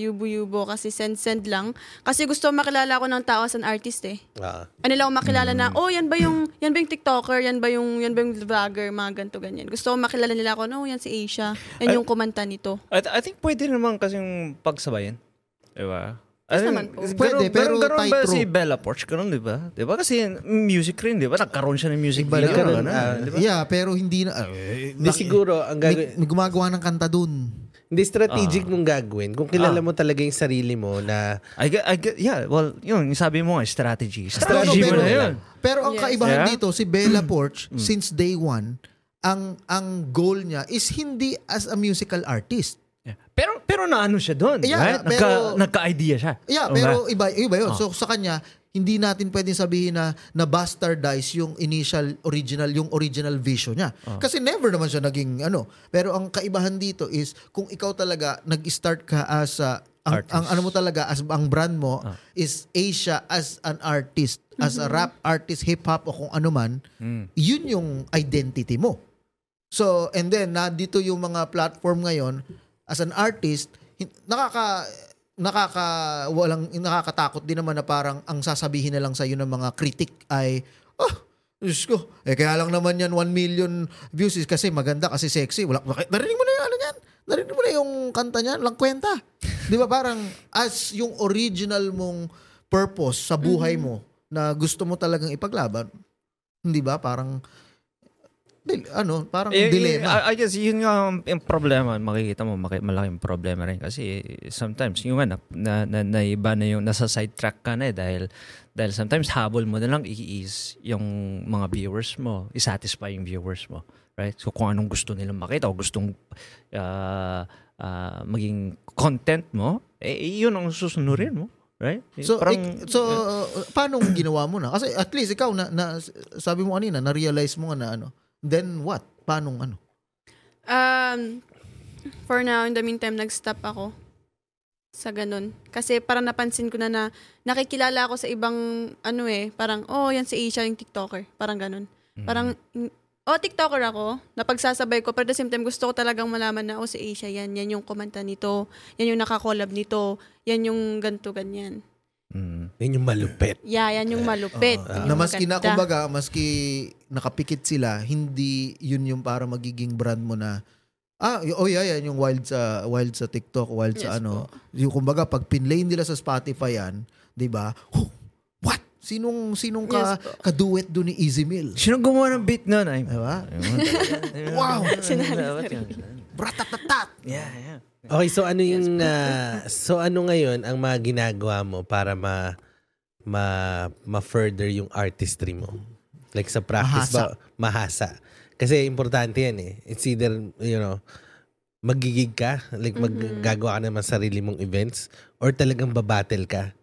[SPEAKER 4] yubo-yubo, kasi send-send lang. Kasi gusto makilala ko ng tao as an artist eh.
[SPEAKER 1] Ah.
[SPEAKER 4] ano lang ako makilala na, oh, yan ba yung, yan ba yung TikToker, yan ba yung, yan ba yung vlogger, mga ganito, ganyan. Gusto ko makilala nila ako, no, yan si Asia, yan yung kumanta nito.
[SPEAKER 3] I, th- I think pwede naman kasing pagsabayin. Diba?
[SPEAKER 4] Yes naman po.
[SPEAKER 2] Pwede, pero
[SPEAKER 3] ganun ba
[SPEAKER 2] tightrope.
[SPEAKER 3] si Bella Porch? Ganun, di ba? Di ba? Kasi music rin, di ba? Nagkaroon siya ng music
[SPEAKER 2] Iba
[SPEAKER 3] video.
[SPEAKER 1] nagkaroon,
[SPEAKER 3] ganun,
[SPEAKER 1] ah,
[SPEAKER 3] di ba?
[SPEAKER 2] Diba yeah, pero hindi na eh,
[SPEAKER 1] Hindi
[SPEAKER 2] naki-
[SPEAKER 1] siguro, ang
[SPEAKER 2] may,
[SPEAKER 1] gagawin,
[SPEAKER 2] may gumagawa ng kanta dun.
[SPEAKER 1] hindi strategic mong gagawin. Kung kilala
[SPEAKER 3] Ah.
[SPEAKER 1] mo talaga yung sarili mo na
[SPEAKER 3] I get, I get, yeah, well, yun, yung sabi mo nga, strategy.
[SPEAKER 2] Pero,
[SPEAKER 3] Strategy mo
[SPEAKER 2] pero-
[SPEAKER 3] na yun.
[SPEAKER 2] Pero ang
[SPEAKER 4] Yes.
[SPEAKER 2] kaibahan
[SPEAKER 3] Yeah. Mm.
[SPEAKER 2] dito, si
[SPEAKER 3] [clears throat]
[SPEAKER 2] Bella Porch, since day one, ang ang goal niya is hindi as a musical artist.
[SPEAKER 3] Yeah. Pero, pero naano siya doon,
[SPEAKER 2] Yeah,
[SPEAKER 3] right? Nagka,
[SPEAKER 2] pero-
[SPEAKER 3] nagka-idea siya.
[SPEAKER 2] Yeah,
[SPEAKER 3] Diba?
[SPEAKER 2] pero iba, iba yun. So sa kanya, hindi natin pwedeng sabihin na na-bastardize yung initial original, yung original vision niya. Kasi never naman siya naging ano. Pero ang kaibahan dito is kung ikaw talaga nag-start ka as a ang,
[SPEAKER 3] Artist.
[SPEAKER 2] ang ano mo talaga as ang brand mo is Asia as an artist, as a rap artist, hip hop o kung ano man, yun yung identity mo. So, and then, nandito yung mga platform ngayon, as an artist, hin- nakaka, nakaka, walang, nakakatakot din naman na parang ang sasabihin na lang sa'yo ng mga critic ay, oh, Diyos ko, eh kaya lang naman yan 1 million views is kasi maganda, kasi sexy. Wala, wala- narinig mo na yung ano yan? Narinig mo na yung kanta niyan? Lang kwenta. Di ba parang as yung original mong purpose sa buhay mo
[SPEAKER 3] Mm-hmm.
[SPEAKER 2] na gusto mo talagang ipaglaban, hindi ba? Parang, dil- ano, parang
[SPEAKER 3] Eh,
[SPEAKER 2] dilemma.
[SPEAKER 3] I, I guess yun nga ang- yung problema, makikita mo, maki, malaking problema rin kasi eh, sometimes yung nga, na, na, na, naiba na yung nasa sidetrack ka na eh dahil, dahil sometimes habol mo na lang i-ease yung mga viewers mo, i-satisfy yung viewers mo. Right? So kung anong gusto nilang makita o gustong ah, ah, maging content mo, eh, yun ang susunurin mo. Right?
[SPEAKER 2] So,
[SPEAKER 3] Parang-
[SPEAKER 2] ik-
[SPEAKER 3] eh.
[SPEAKER 2] so uh, paano ang ginawa mo na? Kasi at least ikaw, na, na sabi mo kanina, na-realize mo nga na ano. Then what? Paano ano?
[SPEAKER 4] Um, for now, in the meantime, nag-stop ako sa ganun. Kasi parang napansin ko na na nakikilala ako sa ibang ano eh, parang, oh, yan si Asia, yung TikToker. Parang ganun.
[SPEAKER 3] eh,
[SPEAKER 4] Parang, mm, oh, TikToker ako, napagsasabay ko, pero at the same time, gusto ko talagang malaman na, oh, si Asia, yan, yan yung kumanta nito, yan yung nakakolab nito, yan yung ganto ganyan.
[SPEAKER 3] Mm.
[SPEAKER 1] Yun yung malupit.
[SPEAKER 4] Yeah, yan yung malupit.
[SPEAKER 1] Ah.
[SPEAKER 2] na
[SPEAKER 4] yung
[SPEAKER 2] maski na,
[SPEAKER 4] maganda.
[SPEAKER 2] kumbaga, maski nakapikit sila, hindi yun yung para magiging brand mo na, ah, y- oh yeah, yan yung wild sa, wild sa TikTok, wild sa
[SPEAKER 4] Yes
[SPEAKER 2] ano. Yung kumbaga, pag pinlay nila sa Spotify yan, di ba, oh, what? Sinong, sinong ka,
[SPEAKER 4] Yes po.
[SPEAKER 2] kaduet doon ni Easy Meal?
[SPEAKER 3] Sino gumawa ng beat nun? Ay, [laughs]
[SPEAKER 2] Di ba?
[SPEAKER 3] wow!
[SPEAKER 2] Bratatatat!
[SPEAKER 3] yeah, yeah.
[SPEAKER 1] Okay, so ano yung ah, so ano ngayon ang mga ginagawa mo para ma ma ma-further yung artistry mo? Like sa practice ba mahasa. Kasi importante yan eh. It's either, you know, magigig ka, like maggagawa ka naman sarili mong events or talagang babattle ka.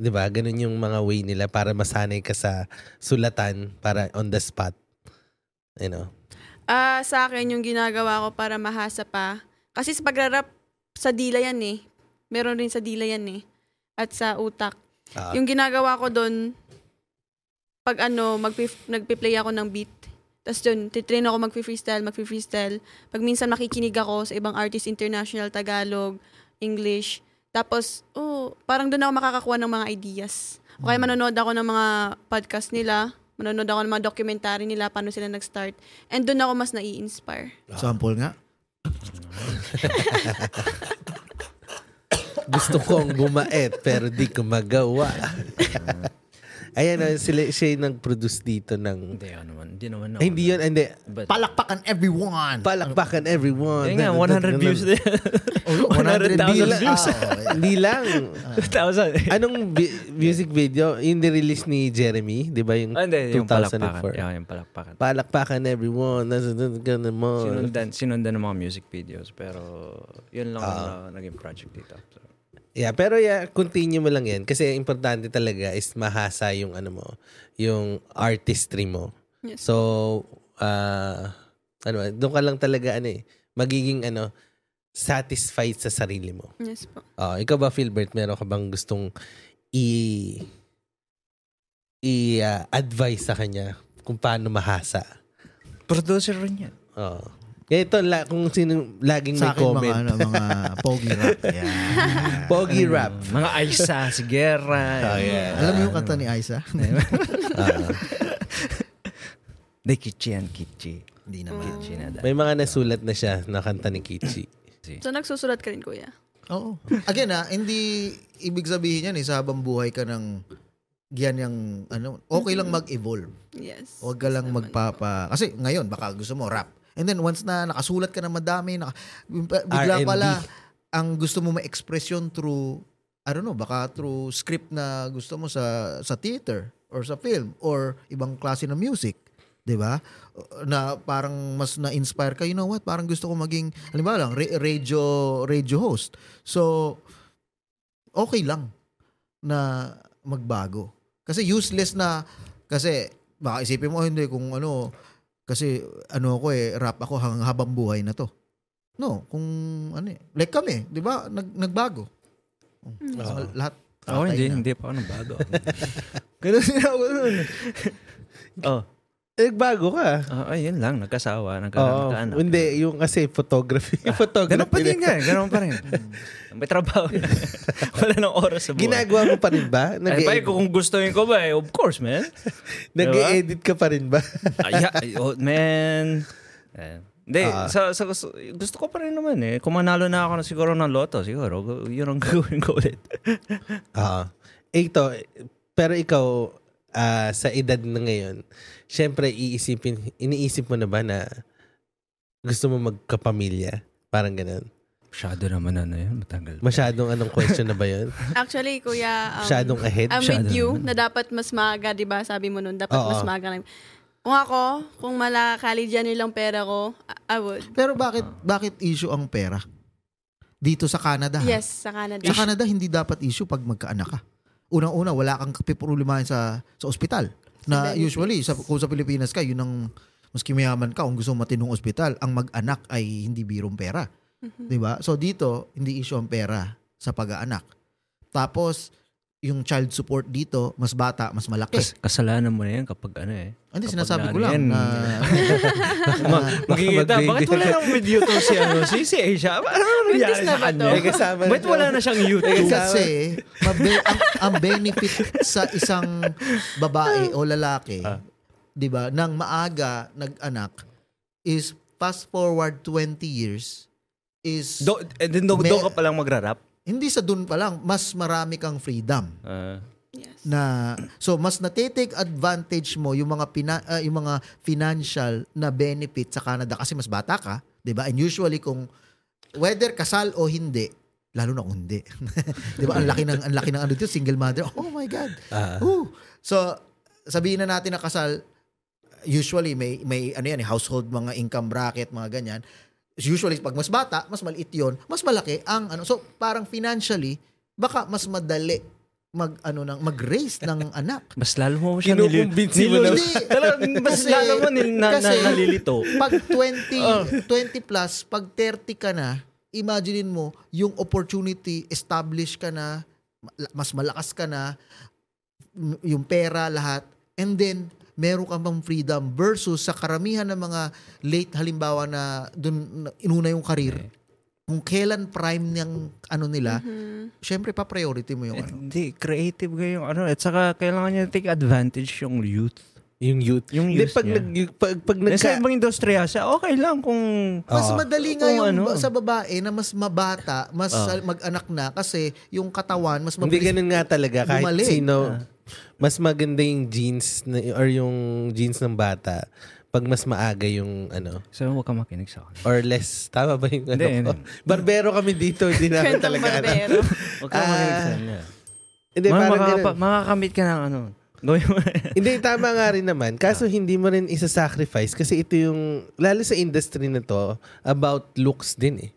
[SPEAKER 1] 'Di ba? Ganun yung mga way nila para masanay ka sa sulatan para on the spot. You know.
[SPEAKER 4] Ah, sa akin yung ginagawa ko para mahasa pa. Kasi sa pagrarap sa dila yan eh. Meron rin sa dila yan eh. At sa utak.
[SPEAKER 1] Ah.
[SPEAKER 4] Yung ginagawa ko doon pag ano, magpi- nagpi-play ako ng beat. Tapos doon, titrain ako magpi-freestyle, magpi-freestyle. Pag minsan makikinig ako sa ibang artist, international, Tagalog, English. Tapos, oh, parang doon ako makakakuha ng mga ideas. O kaya manonood ako ng mga podcast nila, manonood ako ng mga documentary nila, paano sila nag-start. And doon ako mas nai-inspire.
[SPEAKER 1] Ah.
[SPEAKER 2] Sample nga.
[SPEAKER 1] Gusto kong gumaet pero di ko magawa. Ayan, ah, sila, siya yung nag-produce dito ng...
[SPEAKER 3] Hindi ako naman. Hindi naman ako.
[SPEAKER 1] Ay, hindi yun. Hindi.
[SPEAKER 3] But,
[SPEAKER 2] Palakpakan everyone!
[SPEAKER 1] Palakpakan everyone.
[SPEAKER 3] Ayun nga, 100 views [laughs] din.
[SPEAKER 2] Oh,
[SPEAKER 3] 100,000 views.
[SPEAKER 1] Ah. Hindi lang.
[SPEAKER 3] 1,000.
[SPEAKER 1] Anong bi- music video? Yung nirelease ni Jeremy, di ba? Yung
[SPEAKER 3] [laughs] Ah, hindi. Yung palakpakan.
[SPEAKER 1] 2004.
[SPEAKER 3] Yeah, yung palakpakan.
[SPEAKER 1] Palakpakan everyone. Nasa ganun mo.
[SPEAKER 3] Sinundan, sinundan ng mga music videos. Pero, yun lang ang na- naging project dito. So,
[SPEAKER 1] Yeah, pero yeah, continue mo lang yan. Kasi importante talaga is mahasa yung ano mo, yung artistry mo.
[SPEAKER 4] Yes.
[SPEAKER 1] So, ah ano, doon ka lang talaga ano eh, magiging ano, satisfied sa sarili mo.
[SPEAKER 4] Yes po.
[SPEAKER 1] ah ikaw ba, Philbert, meron ka bang gustong i- i-advise sa kanya kung paano mahasa?
[SPEAKER 3] producer rin yan.
[SPEAKER 1] Oo. Kaya ito, la, kung sino laging may
[SPEAKER 2] Sa akin, mga,
[SPEAKER 1] comment.
[SPEAKER 2] ano, mga pogi
[SPEAKER 1] [laughs]
[SPEAKER 2] rap. Yeah.
[SPEAKER 1] Pogi rap.
[SPEAKER 3] Ah, Mga Aisa, si Guerra.
[SPEAKER 1] Oh,
[SPEAKER 2] Ah,
[SPEAKER 1] yeah.
[SPEAKER 2] Alam mo yung kanta ni Aiza?
[SPEAKER 1] Ah.
[SPEAKER 3] De Kichi yan, Kichi.
[SPEAKER 2] Hindi naman.
[SPEAKER 3] Kichi na dahil.
[SPEAKER 1] may mga nasulat na siya na kanta ni Kichi.
[SPEAKER 4] So, nagsusulat ka rin, kuya.
[SPEAKER 2] Oo. Again ha, hindi ibig sabihin yan eh, sa habang buhay ka ng yan yung ano, okay lang mag-evolve.
[SPEAKER 4] Yes.
[SPEAKER 2] Huwag ka lang magpapa... Kasi ngayon, baka gusto mo rap. And then once na nakasulat ka na madami, naka, bigla
[SPEAKER 1] R&B.
[SPEAKER 2] pala ang gusto mo ma-express yun through, I don't know, baka through script na gusto mo sa sa theater or sa film or ibang klase ng music. 'di ba? Na parang mas na-inspire ka, you know what? Parang gusto ko maging halimbawa lang ra- radio radio host. So okay lang na magbago. Kasi useless na kasi baka isipin mo "Oh, hindi kung ano kasi ano ako eh rap ako hang habang buhay na to. No, kung ano eh. Like kami, 'di ba? Nag, nagbago.
[SPEAKER 1] Oo.
[SPEAKER 2] Lahat.
[SPEAKER 3] Oh,
[SPEAKER 2] tatay
[SPEAKER 3] hindi,
[SPEAKER 2] na.
[SPEAKER 3] hindi pa ako nang bago. Ganun sila ako nun. [laughs] Oh,
[SPEAKER 1] Nagbago ka.
[SPEAKER 3] ah, ayun lang, nagkasawa, nagka,
[SPEAKER 1] Oo.
[SPEAKER 3] nagkaanak.
[SPEAKER 1] Oh, Hindi, yung kasi photography. photography.
[SPEAKER 3] Ganun pa din nga, ganun pa rin. [laughs] May trabaho. [laughs] Wala nang oras sa buhay.
[SPEAKER 1] Ginagawa mo pa rin ba?
[SPEAKER 3] Ay, bay,
[SPEAKER 1] Nag-e-
[SPEAKER 3] kung gustuhin ko ba, eh, of course, man.
[SPEAKER 1] Nag-edit ka pa
[SPEAKER 3] [laughs]
[SPEAKER 1] rin ba?
[SPEAKER 3] Ay, yeah, ay, oh, man. Eh, Hindi, sa, sa, gusto, gusto ko pa rin naman eh. Kung manalo na ako na siguro ng loto, siguro, gu- yun ang [laughs] gagawin ko ulit. Ah.
[SPEAKER 1] Oo. Eh, Ito, pero ikaw, ah, sa edad na ngayon, syempre, iisipin, iniisip mo na ba na gusto mo magkapamilya? Parang ganun.
[SPEAKER 3] Masyado naman ano yun, matanggal.
[SPEAKER 1] Masyadong anong question na ba yun?
[SPEAKER 4] Actually, kuya, um,
[SPEAKER 1] Masyadong ahead?
[SPEAKER 4] I'm
[SPEAKER 1] Masyadong-
[SPEAKER 4] with you na dapat mas maaga, 'di ba? Sabi mo noon, dapat
[SPEAKER 1] Oo.
[SPEAKER 4] mas maaga. na- Kung ako, kung malakali dyan nilang pera ko, I- I would.
[SPEAKER 2] Pero bakit bakit issue ang pera? Dito sa Canada. ha?
[SPEAKER 4] Yes, sa Canada.
[SPEAKER 2] Ah. Sa Canada, hindi dapat issue pag magkaanak ka. Unang-una, wala kang pipurulimahin sa, sa ospital. Na
[SPEAKER 4] Sa benefits.
[SPEAKER 2] usually, sa, kung sa Pilipinas ka, yun ang, maski mayaman ka, kung gusto mo matinong ospital, ang mag-anak ay hindi birong pera. 'Di ba So dito, hindi issue ang pera sa pag-aanak. Tapos, yung child support dito, mas bata, mas malaki.
[SPEAKER 3] Kas- kasalanan mo na yan kapag ano eh.
[SPEAKER 2] Ah, Hindi,
[SPEAKER 3] kapag
[SPEAKER 2] sinasabi ko
[SPEAKER 3] ano
[SPEAKER 2] lang
[SPEAKER 3] yan. [laughs]
[SPEAKER 2] na...
[SPEAKER 3] Ma- Makikita,
[SPEAKER 1] Baka
[SPEAKER 3] bakit wala nang with YouTube si, ano, si, si Asia? Ano nangyari
[SPEAKER 4] Buntis na
[SPEAKER 3] sa
[SPEAKER 4] ba
[SPEAKER 3] kanya?
[SPEAKER 1] May kasama na
[SPEAKER 3] Ba't
[SPEAKER 1] daw.
[SPEAKER 3] wala na siyang YouTube?
[SPEAKER 2] Kasi, mabe- ang, ang benefit sa isang babae o lalaki, di ba, nang maaga nag-anak, is fast forward 20 years, is,
[SPEAKER 3] Do, eh, din do,
[SPEAKER 2] May-
[SPEAKER 3] do ka palang magrarap?
[SPEAKER 2] hindi sa dun pa lang, mas marami kang freedom
[SPEAKER 3] Ah.
[SPEAKER 2] [laughs]
[SPEAKER 4] Yes.
[SPEAKER 2] na so mas natitake advantage mo yung mga pina- ah, yung mga financial na benefit sa Canada kasi mas bata ka, 'di ba? And usually kung whether kasal o hindi, lalo na kung hindi. [laughs] 'Di ba? Ang laki ng ang laki ng ano dito, single mother. Oh my god.
[SPEAKER 1] Ah.
[SPEAKER 2] Ooh. So sabihin na natin na kasal usually may may ano yan, eh, household mga income bracket, mga ganyan. Usually pag mas bata, mas maliit 'yon, mas malaki ang ano. So parang financially baka mas madali mag ano ng mag-raise ng anak.
[SPEAKER 3] Mas lalo mo siya
[SPEAKER 1] Kinukumbinsi mo na.
[SPEAKER 3] [laughs]
[SPEAKER 2] Hindi.
[SPEAKER 3] Talagang mas
[SPEAKER 2] Kasi-
[SPEAKER 3] lalo mo nil, na,
[SPEAKER 2] kasi-
[SPEAKER 3] na, nalilito.
[SPEAKER 2] Pag 20, 20 plus, pag 30 ka na, imaginein mo yung opportunity, establish ka na, ma- mas malakas ka na, m- yung pera, lahat. And then, meron ka pang freedom versus sa karamihan ng mga late halimbawa na dun na- inuna yung karir. Kung kailan prime ng ano nila, syempre pa-priority mo
[SPEAKER 3] Eh,
[SPEAKER 2] yung ano.
[SPEAKER 3] Hindi, creative kayo yung ano. At saka kailangan niya take advantage yung youth.
[SPEAKER 1] Yung youth.
[SPEAKER 3] Yung
[SPEAKER 1] Hindi,
[SPEAKER 3] youth
[SPEAKER 1] pag,
[SPEAKER 3] niya.
[SPEAKER 1] nag, pag, pag
[SPEAKER 3] Nasa
[SPEAKER 1] nagka...
[SPEAKER 3] ibang industriya siya, okay lang kung...
[SPEAKER 2] Mas
[SPEAKER 1] Oo.
[SPEAKER 2] madali nga
[SPEAKER 3] Oo,
[SPEAKER 2] yung
[SPEAKER 3] ano.
[SPEAKER 2] ba- sa babae na mas mabata, mas ah,
[SPEAKER 3] Oo.
[SPEAKER 2] mag-anak na kasi yung katawan mas
[SPEAKER 1] Hindi
[SPEAKER 2] mabilis.
[SPEAKER 1] ganun nga talaga. Kahit
[SPEAKER 2] Bumalik.
[SPEAKER 1] sino, mas maganda yung jeans na, or yung jeans ng bata pag mas maaga yung ano
[SPEAKER 3] So, huwag ka makinig sa akin.
[SPEAKER 1] or less. Tama ba yung ano?
[SPEAKER 3] Hindi,
[SPEAKER 1] ko?
[SPEAKER 3] hindi.
[SPEAKER 1] [laughs] Barbero kami dito. Hindi namin
[SPEAKER 4] Kwentang
[SPEAKER 1] talaga. alam.
[SPEAKER 4] barbero.
[SPEAKER 3] Huwag ka makinig sa kanya.
[SPEAKER 1] Hindi,
[SPEAKER 3] Ah, Ma-
[SPEAKER 1] parang
[SPEAKER 3] makakapa-
[SPEAKER 1] ganun.
[SPEAKER 3] makakamit ka ng ano. Gawin mo [laughs] na yan.
[SPEAKER 1] Hindi, tama nga rin naman. Kaso hindi mo rin isa-sacrifice kasi ito yung, lalo sa industry na to, about looks din eh.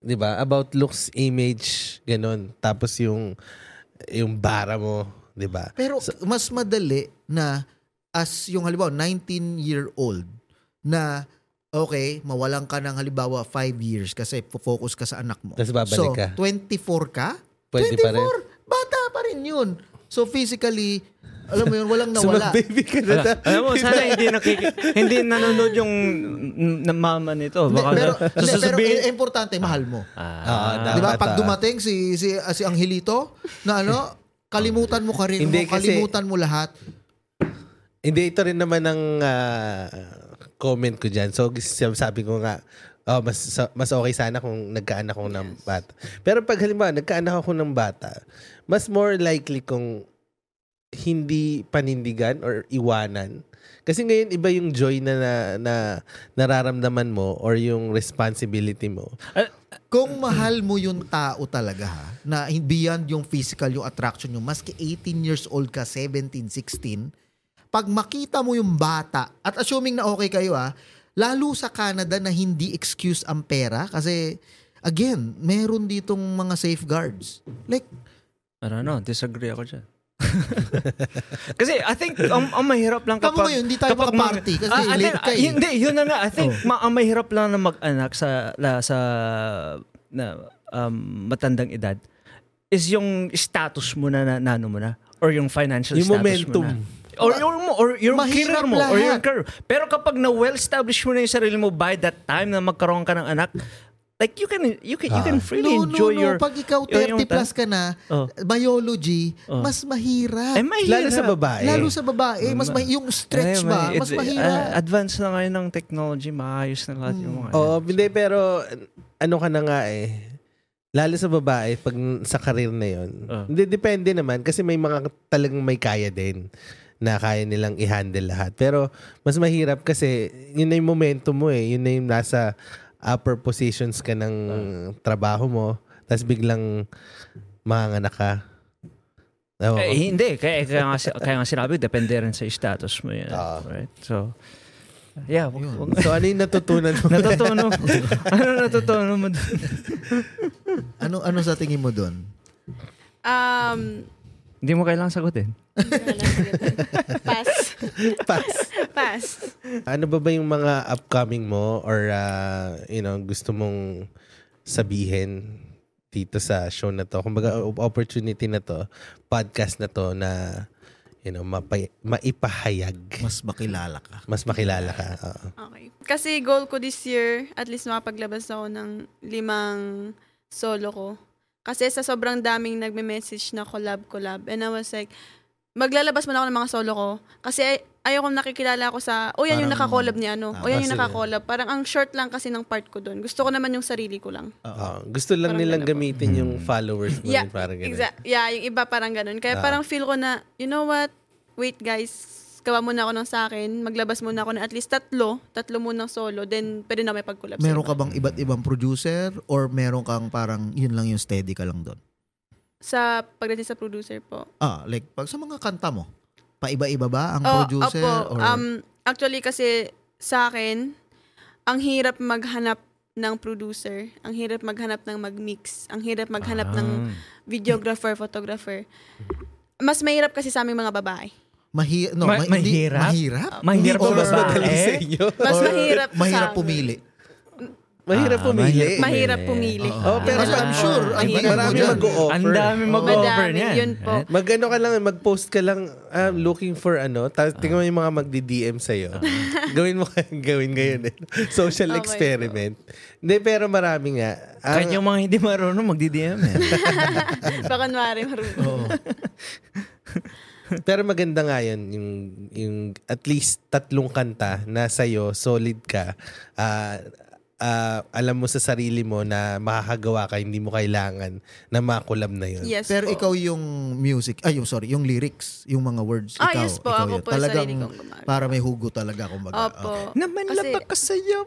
[SPEAKER 1] 'Di ba About looks, image, ganun. Tapos yung, yung bara mo, 'di ba
[SPEAKER 2] Pero mas madali na as yung halimbawa 19-year-old na okay, mawalan ka ng halimbawa 5 years kasi focus ka sa anak mo.
[SPEAKER 1] Tapos babalik
[SPEAKER 2] so,
[SPEAKER 1] ka.
[SPEAKER 2] 24 ka?
[SPEAKER 1] Pwede pa
[SPEAKER 2] 24?
[SPEAKER 1] rin.
[SPEAKER 2] Bata pa rin yun. So physically, alam mo yun,
[SPEAKER 1] [laughs]
[SPEAKER 2] walang
[SPEAKER 1] So,
[SPEAKER 2] nawala.
[SPEAKER 1] mag-baby ka na.
[SPEAKER 3] Ala- Alam mo, sana hindi, nakiki- hindi nanonood yung n- n- mama nito.
[SPEAKER 2] Hindi,
[SPEAKER 3] Baka
[SPEAKER 2] pero,
[SPEAKER 3] so,
[SPEAKER 2] hindi, pero
[SPEAKER 3] sasabihin-
[SPEAKER 2] eh, importante, mahal mo.
[SPEAKER 1] Oo,
[SPEAKER 3] Ah,
[SPEAKER 2] Di ba?
[SPEAKER 1] dapat,
[SPEAKER 2] Pag
[SPEAKER 1] ah.
[SPEAKER 2] dumating si si ah, si Angelito na ano, kalimutan mo karir mo,
[SPEAKER 1] Hindi, kasi-
[SPEAKER 2] kalimutan mo lahat.
[SPEAKER 1] Hindi, ito rin naman ang ah, comment ko dyan. So, gis- sabi ko nga, oh, mas, sa- mas okay sana kung nagkaanak ako ng bata. Pero pag halimbawa, nagkaanak ako ng bata, mas more likely kung hindi panindigan or iwanan. Kasi ngayon, iba yung joy na, na, na nararamdaman mo or yung responsibility mo.
[SPEAKER 2] Kung mahal mo yung tao talaga ha, na beyond yung physical, yung attraction nyo, maski 18 years old ka, 17, 16, pag makita mo yung bata, at assuming na okay kayo ha, lalo sa Canada na hindi excuse ang pera kasi again, meron ditong mga safeguards. Like,
[SPEAKER 3] I don't know, disagree ako dyan. [laughs] kasi I think ang, ang mahirap lang
[SPEAKER 2] Tama
[SPEAKER 3] kapag...
[SPEAKER 2] ngayon, hindi tayo
[SPEAKER 3] kapag
[SPEAKER 2] makaparty kasi
[SPEAKER 3] Ah, I think-
[SPEAKER 2] late ka eh.
[SPEAKER 3] Hindi, yun na nga. I think ma- ang mahirap lang na mag-anak sa, la, sa na, um, matandang edad is yung status mo na, na, na ano mo na or yung financial
[SPEAKER 1] Yung
[SPEAKER 3] status
[SPEAKER 1] momentum.
[SPEAKER 3] mo na. Or yung, or yung
[SPEAKER 2] Mahirap
[SPEAKER 3] career mo. Or
[SPEAKER 2] lahat.
[SPEAKER 3] yung career. Pero kapag na well-established mo na yung sarili mo by that time na magkaroon ka ng anak, like you can you can you can freely
[SPEAKER 2] Ah. no, no,
[SPEAKER 3] enjoy
[SPEAKER 2] no.
[SPEAKER 3] your
[SPEAKER 2] Pag ikaw 30
[SPEAKER 3] your- yung tan-
[SPEAKER 2] plus ka na,
[SPEAKER 3] Oh.
[SPEAKER 2] biology,
[SPEAKER 3] Oh.
[SPEAKER 2] mas mahirap.
[SPEAKER 3] Ay, mahirap.
[SPEAKER 1] Lalo sa babae.
[SPEAKER 2] Lalo sa babae, mas ma- yung stretch ba,
[SPEAKER 3] Ay,
[SPEAKER 2] mas
[SPEAKER 3] it's-
[SPEAKER 2] mahirap.
[SPEAKER 3] ah, advanced na ngayon ng technology, maayos na lahat yung mga.
[SPEAKER 1] Oo, hindi, pero ano ka na nga eh. Lalo sa babae, pag sa karir na yon
[SPEAKER 3] Ah.
[SPEAKER 1] hindi, depende naman kasi may mga talagang may kaya din na kaya nilang i-handle lahat. Pero mas mahirap kasi yun na yung momentum mo eh. Yun na yung nasa upper positions ka ng
[SPEAKER 3] Ah.
[SPEAKER 1] trabaho mo. Tapos biglang manganak ka. Ewan ko.
[SPEAKER 3] Eh, hindi. Kaya, kaya, nga, si- kaya nga sinabi, depende rin sa status mo yan.
[SPEAKER 1] Ah.
[SPEAKER 3] Right? So, yeah. Wag, wag,
[SPEAKER 1] So ano yung natutunan mo?
[SPEAKER 3] natutunan mo. ano natutunan mo? dun?
[SPEAKER 2] Ano ano sa tingin mo doon? [laughs]
[SPEAKER 4] Um,
[SPEAKER 3] Hindi mo kailangang sagutin.
[SPEAKER 4] pass.
[SPEAKER 1] [laughs] Pass.
[SPEAKER 4] Pass.
[SPEAKER 1] Ano ba ba yung mga upcoming mo or ah, you know, gusto mong sabihin dito sa show na to? Kumbaga o- opportunity na to, podcast na to na you know, mapay- maipahayag,
[SPEAKER 2] Mas makilala ka.
[SPEAKER 1] mas makilala ka. Oo.
[SPEAKER 4] Okay. Kasi goal ko this year, at least makapaglabas ako ng limang solo ko. Kasi sa sobrang daming nagme-message na collab-collab. And I was like, maglalabas mo na ako ng mga solo ko. Kasi ay- ayoko nakikilala ako sa, o yan yung
[SPEAKER 2] Parang-
[SPEAKER 4] nakakollab ni ano.
[SPEAKER 2] Ah,
[SPEAKER 4] O yan yung
[SPEAKER 1] kasi-
[SPEAKER 4] nakakollab. Parang ang short lang kasi ng part ko doon. Gusto ko naman yung sarili ko lang.
[SPEAKER 2] Ah,
[SPEAKER 1] Oo. Gusto lang
[SPEAKER 4] Parang
[SPEAKER 1] nilang
[SPEAKER 4] ganun po.
[SPEAKER 1] gamitin yung
[SPEAKER 3] Hmm.
[SPEAKER 1] followers mo
[SPEAKER 4] Yeah,
[SPEAKER 1] rin, parang ganun.
[SPEAKER 4] Exact. Yeah, yung iba parang ganun. Kaya
[SPEAKER 1] Ah.
[SPEAKER 4] parang feel ko na, you know what? Wait guys, gawa muna ako ng sa akin. Maglabas muna ako ng at least tatlo. Tatlo muna solo. Then pwede na may pag-collab. sa
[SPEAKER 2] Meron
[SPEAKER 4] iba.
[SPEAKER 2] ka bang iba't ibang producer or meron kang parang yun lang yung steady ka lang doon?
[SPEAKER 4] Sa pagdating sa producer po.
[SPEAKER 2] Ah, like pag sa mga kanta mo, paiba-iba ba ang
[SPEAKER 4] Oh,
[SPEAKER 2] producer
[SPEAKER 4] opo.
[SPEAKER 2] or
[SPEAKER 4] Um, actually kasi sa akin, ang hirap maghanap ng producer, ang hirap maghanap ng mag-mix, ang hirap maghanap ng
[SPEAKER 2] Ah.
[SPEAKER 3] Ah.
[SPEAKER 4] videographer, photographer. Mas mahirap kasi sa aming mga babae.
[SPEAKER 2] mahi no,
[SPEAKER 3] Ma-
[SPEAKER 2] ma- hindi-
[SPEAKER 3] mahirap?
[SPEAKER 2] mahirap?
[SPEAKER 3] Mahirap
[SPEAKER 2] Hindi
[SPEAKER 3] ba
[SPEAKER 2] or-
[SPEAKER 1] Mas
[SPEAKER 4] Ah,
[SPEAKER 1] madali
[SPEAKER 3] Eh?
[SPEAKER 1] sa inyo.
[SPEAKER 4] Mas
[SPEAKER 2] or
[SPEAKER 4] mahirap sa
[SPEAKER 2] mahirap
[SPEAKER 4] amin.
[SPEAKER 2] pumili.
[SPEAKER 1] Mahirap
[SPEAKER 3] Ah,
[SPEAKER 1] pumili.
[SPEAKER 3] mahirap
[SPEAKER 4] Mahirap pumili.
[SPEAKER 1] Eh. Oo, pero
[SPEAKER 2] Kasi I'm
[SPEAKER 1] ma-
[SPEAKER 2] sure, ang
[SPEAKER 1] ma-
[SPEAKER 2] dami
[SPEAKER 1] marami
[SPEAKER 2] dyan.
[SPEAKER 1] mag-o-offer.
[SPEAKER 3] Ang dami
[SPEAKER 4] Oh.
[SPEAKER 3] mag-offer
[SPEAKER 4] Madami,
[SPEAKER 3] niyan.
[SPEAKER 4] yun po.
[SPEAKER 1] Magano ano ka lang, mag-post ka lang, ah, looking for ano, tapos tingnan mo yung mga magdi-DM sa'yo. [laughs] gawin mo kaya, gawin ngayon. eh. Social
[SPEAKER 4] Oh my
[SPEAKER 1] experiment. Hindi, pero marami nga. Ah, Ang-
[SPEAKER 3] Kahit yung mga hindi marunong, magdi-DM eh.
[SPEAKER 4] [laughs] Baka nwari marunong.
[SPEAKER 1] pero maganda nga yun, yung, yung at least tatlong kanta na sa'yo, solid ka. Ah, ah, alam mo sa sarili mo na makakagawa ka, hindi mo kailangan na makulab na yun.
[SPEAKER 4] Yes
[SPEAKER 2] Pero
[SPEAKER 4] po.
[SPEAKER 2] ikaw yung music, ay yung sorry, yung lyrics, yung mga words
[SPEAKER 4] Ah,
[SPEAKER 2] ikaw,
[SPEAKER 4] yes po,
[SPEAKER 2] ikaw
[SPEAKER 4] ako
[SPEAKER 2] yun.
[SPEAKER 4] po,
[SPEAKER 2] Talagang
[SPEAKER 4] sarili kong gumagawa.
[SPEAKER 2] para may hugo talaga kumbaga.
[SPEAKER 4] Opo.
[SPEAKER 2] Okay.
[SPEAKER 3] Naman
[SPEAKER 4] Kasi-
[SPEAKER 3] labak ka sa'yo.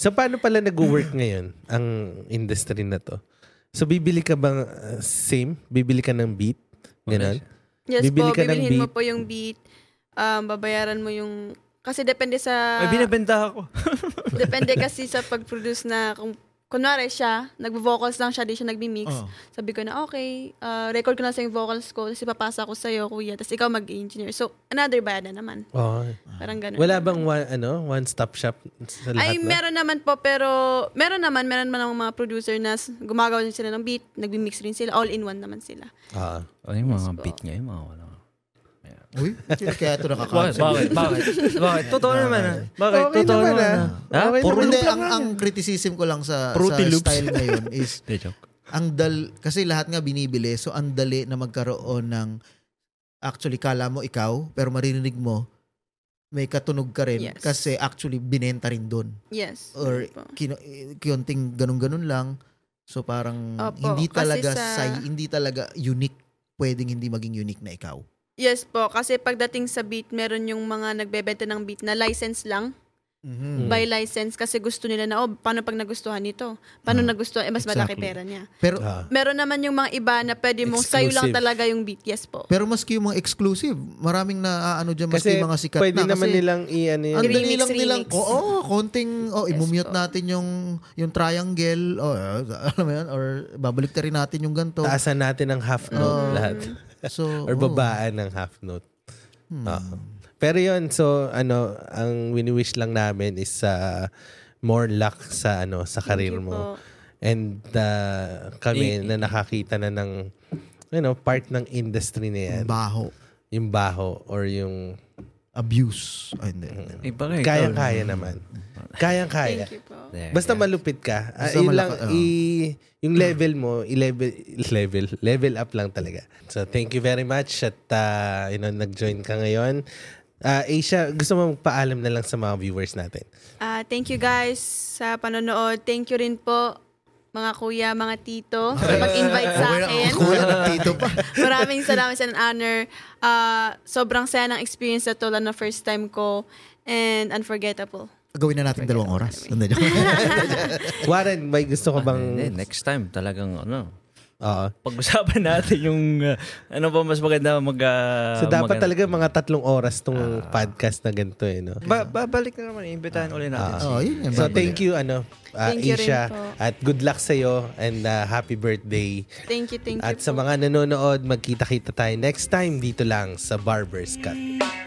[SPEAKER 1] So paano pala nag-work ngayon ang industry na to? So bibili ka bang uh, same? Bibili ka ng beat? Ganun?
[SPEAKER 4] Yes
[SPEAKER 1] Bibili
[SPEAKER 4] po,
[SPEAKER 1] ka ng
[SPEAKER 4] bibilihin mo
[SPEAKER 1] beat.
[SPEAKER 4] po yung beat. Um, babayaran mo yung... Kasi depende sa...
[SPEAKER 3] Ay,
[SPEAKER 1] [laughs]
[SPEAKER 3] binabenta ako.
[SPEAKER 4] depende kasi sa pag-produce na... Kung, kunwari siya, nag-vocals lang siya, di siya nagmi-mix.
[SPEAKER 1] Oh.
[SPEAKER 2] Oo.
[SPEAKER 4] Sabi ko na, okay, uh, record ko na sa yung vocals ko, tapos ipapasa ko sa'yo, kuya, tapos ikaw mag-engineer. So, another bayad na naman.
[SPEAKER 1] Oh.
[SPEAKER 4] Parang ganun.
[SPEAKER 1] Wala bang one, ano, one-stop shop sa lahat
[SPEAKER 4] Ay,
[SPEAKER 1] na?
[SPEAKER 4] meron naman po, pero meron naman, meron naman ng mga producer na s- gumagawa din sila ng beat, nagmi-mix rin sila, all-in-one naman sila.
[SPEAKER 1] Ah.
[SPEAKER 3] Ano yung mga
[SPEAKER 4] Yes po.
[SPEAKER 3] beat niya? Yung mga wala.
[SPEAKER 2] Ah, Uy, sino kaya ito
[SPEAKER 3] Bakit?
[SPEAKER 2] nakakausap?
[SPEAKER 3] Bakit? Bakit?
[SPEAKER 1] [laughs]
[SPEAKER 3] Bakit? Totoo naman ah. Bakit?
[SPEAKER 1] Okay
[SPEAKER 3] Totoo
[SPEAKER 1] naman,
[SPEAKER 3] naman
[SPEAKER 1] ah.
[SPEAKER 3] ah. Ha?
[SPEAKER 1] Okay
[SPEAKER 3] Puro ah.
[SPEAKER 2] Hindi,
[SPEAKER 3] hindi.
[SPEAKER 2] ang, ang criticism ko lang sa, sa
[SPEAKER 3] Fruity Loops.
[SPEAKER 2] style ngayon is
[SPEAKER 3] Hindi, joke.
[SPEAKER 2] ang dal kasi lahat nga binibili so ang dali na magkaroon ng actually kala mo ikaw pero maririnig mo may katunog ka rin
[SPEAKER 4] Yes.
[SPEAKER 2] kasi actually binenta rin doon
[SPEAKER 4] Yes.
[SPEAKER 2] or
[SPEAKER 4] yun po.
[SPEAKER 2] kino, eh, kiyonting ganun-ganun lang so parang
[SPEAKER 4] Opo,
[SPEAKER 2] hindi
[SPEAKER 4] kasi
[SPEAKER 2] talaga
[SPEAKER 4] sa-
[SPEAKER 2] say- hindi talaga unique pwedeng hindi maging unique na ikaw
[SPEAKER 4] Yes po, kasi pagdating sa beat, meron yung mga nagbebenta ng beat na license lang,
[SPEAKER 1] Mm-hmm.
[SPEAKER 2] Hmm.
[SPEAKER 4] by license, kasi gusto nila na, oh, paano pag nagustuhan nito? Paano nagustuhan? Eh, mas malaki
[SPEAKER 2] Hmm. exactly.
[SPEAKER 4] pera niya.
[SPEAKER 2] pero
[SPEAKER 1] Ah.
[SPEAKER 4] Meron naman yung mga iba na pwede mong sayo lang
[SPEAKER 1] Exclusive.
[SPEAKER 4] talaga yung beat. Yes po.
[SPEAKER 2] pero maski yung mga exclusive maraming na ano diyan
[SPEAKER 1] Kasi
[SPEAKER 2] maski mga sikat
[SPEAKER 1] pwede
[SPEAKER 2] na
[SPEAKER 1] naman
[SPEAKER 2] kasi
[SPEAKER 1] nilang i-ano yun.
[SPEAKER 2] Ang
[SPEAKER 4] Remix,
[SPEAKER 2] dali lang nilang,
[SPEAKER 4] remix.
[SPEAKER 2] ko, oh, konting, oh,
[SPEAKER 4] Yes
[SPEAKER 2] imumute
[SPEAKER 4] po.
[SPEAKER 2] natin yung, yung triangle, oh, eh, alam mo yun, or babalik rin natin yung ganito.
[SPEAKER 1] Taasan natin ang half note
[SPEAKER 4] Oh.
[SPEAKER 1] lahat.
[SPEAKER 2] So,
[SPEAKER 1] Or
[SPEAKER 2] oh,
[SPEAKER 1] babaan ng half note.
[SPEAKER 4] Hmm.
[SPEAKER 1] Oo. Pero yun, so ano, ang wini-wish lang namin is sa more luck sa ano sa
[SPEAKER 4] Thank
[SPEAKER 1] karir
[SPEAKER 4] you
[SPEAKER 1] mo.
[SPEAKER 4] po. Eh,
[SPEAKER 1] And uh, kami
[SPEAKER 3] I-
[SPEAKER 1] na nakakita na ng you know, part ng industry na
[SPEAKER 4] Hmm.
[SPEAKER 1] yan.
[SPEAKER 2] Baho.
[SPEAKER 1] yung baho or yung
[SPEAKER 2] Abuse. Ay, hindi. hindi.
[SPEAKER 3] Iba kayo.
[SPEAKER 1] kayang-kaya naman. Kayang-kaya.
[SPEAKER 4] Thank you po.
[SPEAKER 1] Basta malupit ka. Ah,
[SPEAKER 2] Basta
[SPEAKER 1] yun lang,
[SPEAKER 2] malaka-
[SPEAKER 1] i- yung level mo, i-level, level, level up lang talaga. So, thank you very much at ah, you know, nag-join ka ngayon. Ah, Asia, gusto mo magpaalam na lang sa mga viewers
[SPEAKER 3] [laughs]
[SPEAKER 1] natin.
[SPEAKER 4] Ah, thank you guys sa panonood. Thank you rin po mga kuya, mga
[SPEAKER 2] [laughs]
[SPEAKER 4] tito, sa pag-invite sa
[SPEAKER 2] Okay na,
[SPEAKER 4] akin.
[SPEAKER 2] kuya ng tito pa.
[SPEAKER 4] [laughs] Maraming salamat sa honor. Ah, sobrang saya ng experience na to lang na first time ko and unforgettable.
[SPEAKER 2] Gawin na natin dalawang oras. Hindi, joke.
[SPEAKER 4] [laughs]
[SPEAKER 1] Warren, may gusto ka
[SPEAKER 3] Hindi,
[SPEAKER 1] bang...
[SPEAKER 3] next time talagang ano.
[SPEAKER 1] Oo.
[SPEAKER 3] Pag-usapan [laughs] natin yung uh, ano ba mas maganda mag uh,
[SPEAKER 1] So dapat
[SPEAKER 3] mag-
[SPEAKER 1] talaga mga tatlong oras tong
[SPEAKER 3] Ah.
[SPEAKER 1] podcast na ganito eh, no?
[SPEAKER 3] Ba- babalik na naman, imbitahan ulit natin.
[SPEAKER 1] Ah.
[SPEAKER 3] si-
[SPEAKER 2] Oh, yun yan.
[SPEAKER 1] So thank you ano, uh,
[SPEAKER 4] Thank you rin
[SPEAKER 1] Isha
[SPEAKER 4] po.
[SPEAKER 1] at good luck sa and uh, happy birthday.
[SPEAKER 4] Thank you, thank you.
[SPEAKER 1] At sa
[SPEAKER 4] po.
[SPEAKER 1] mga nanonood, magkita-kita tayo next time dito lang sa Barber's Cut.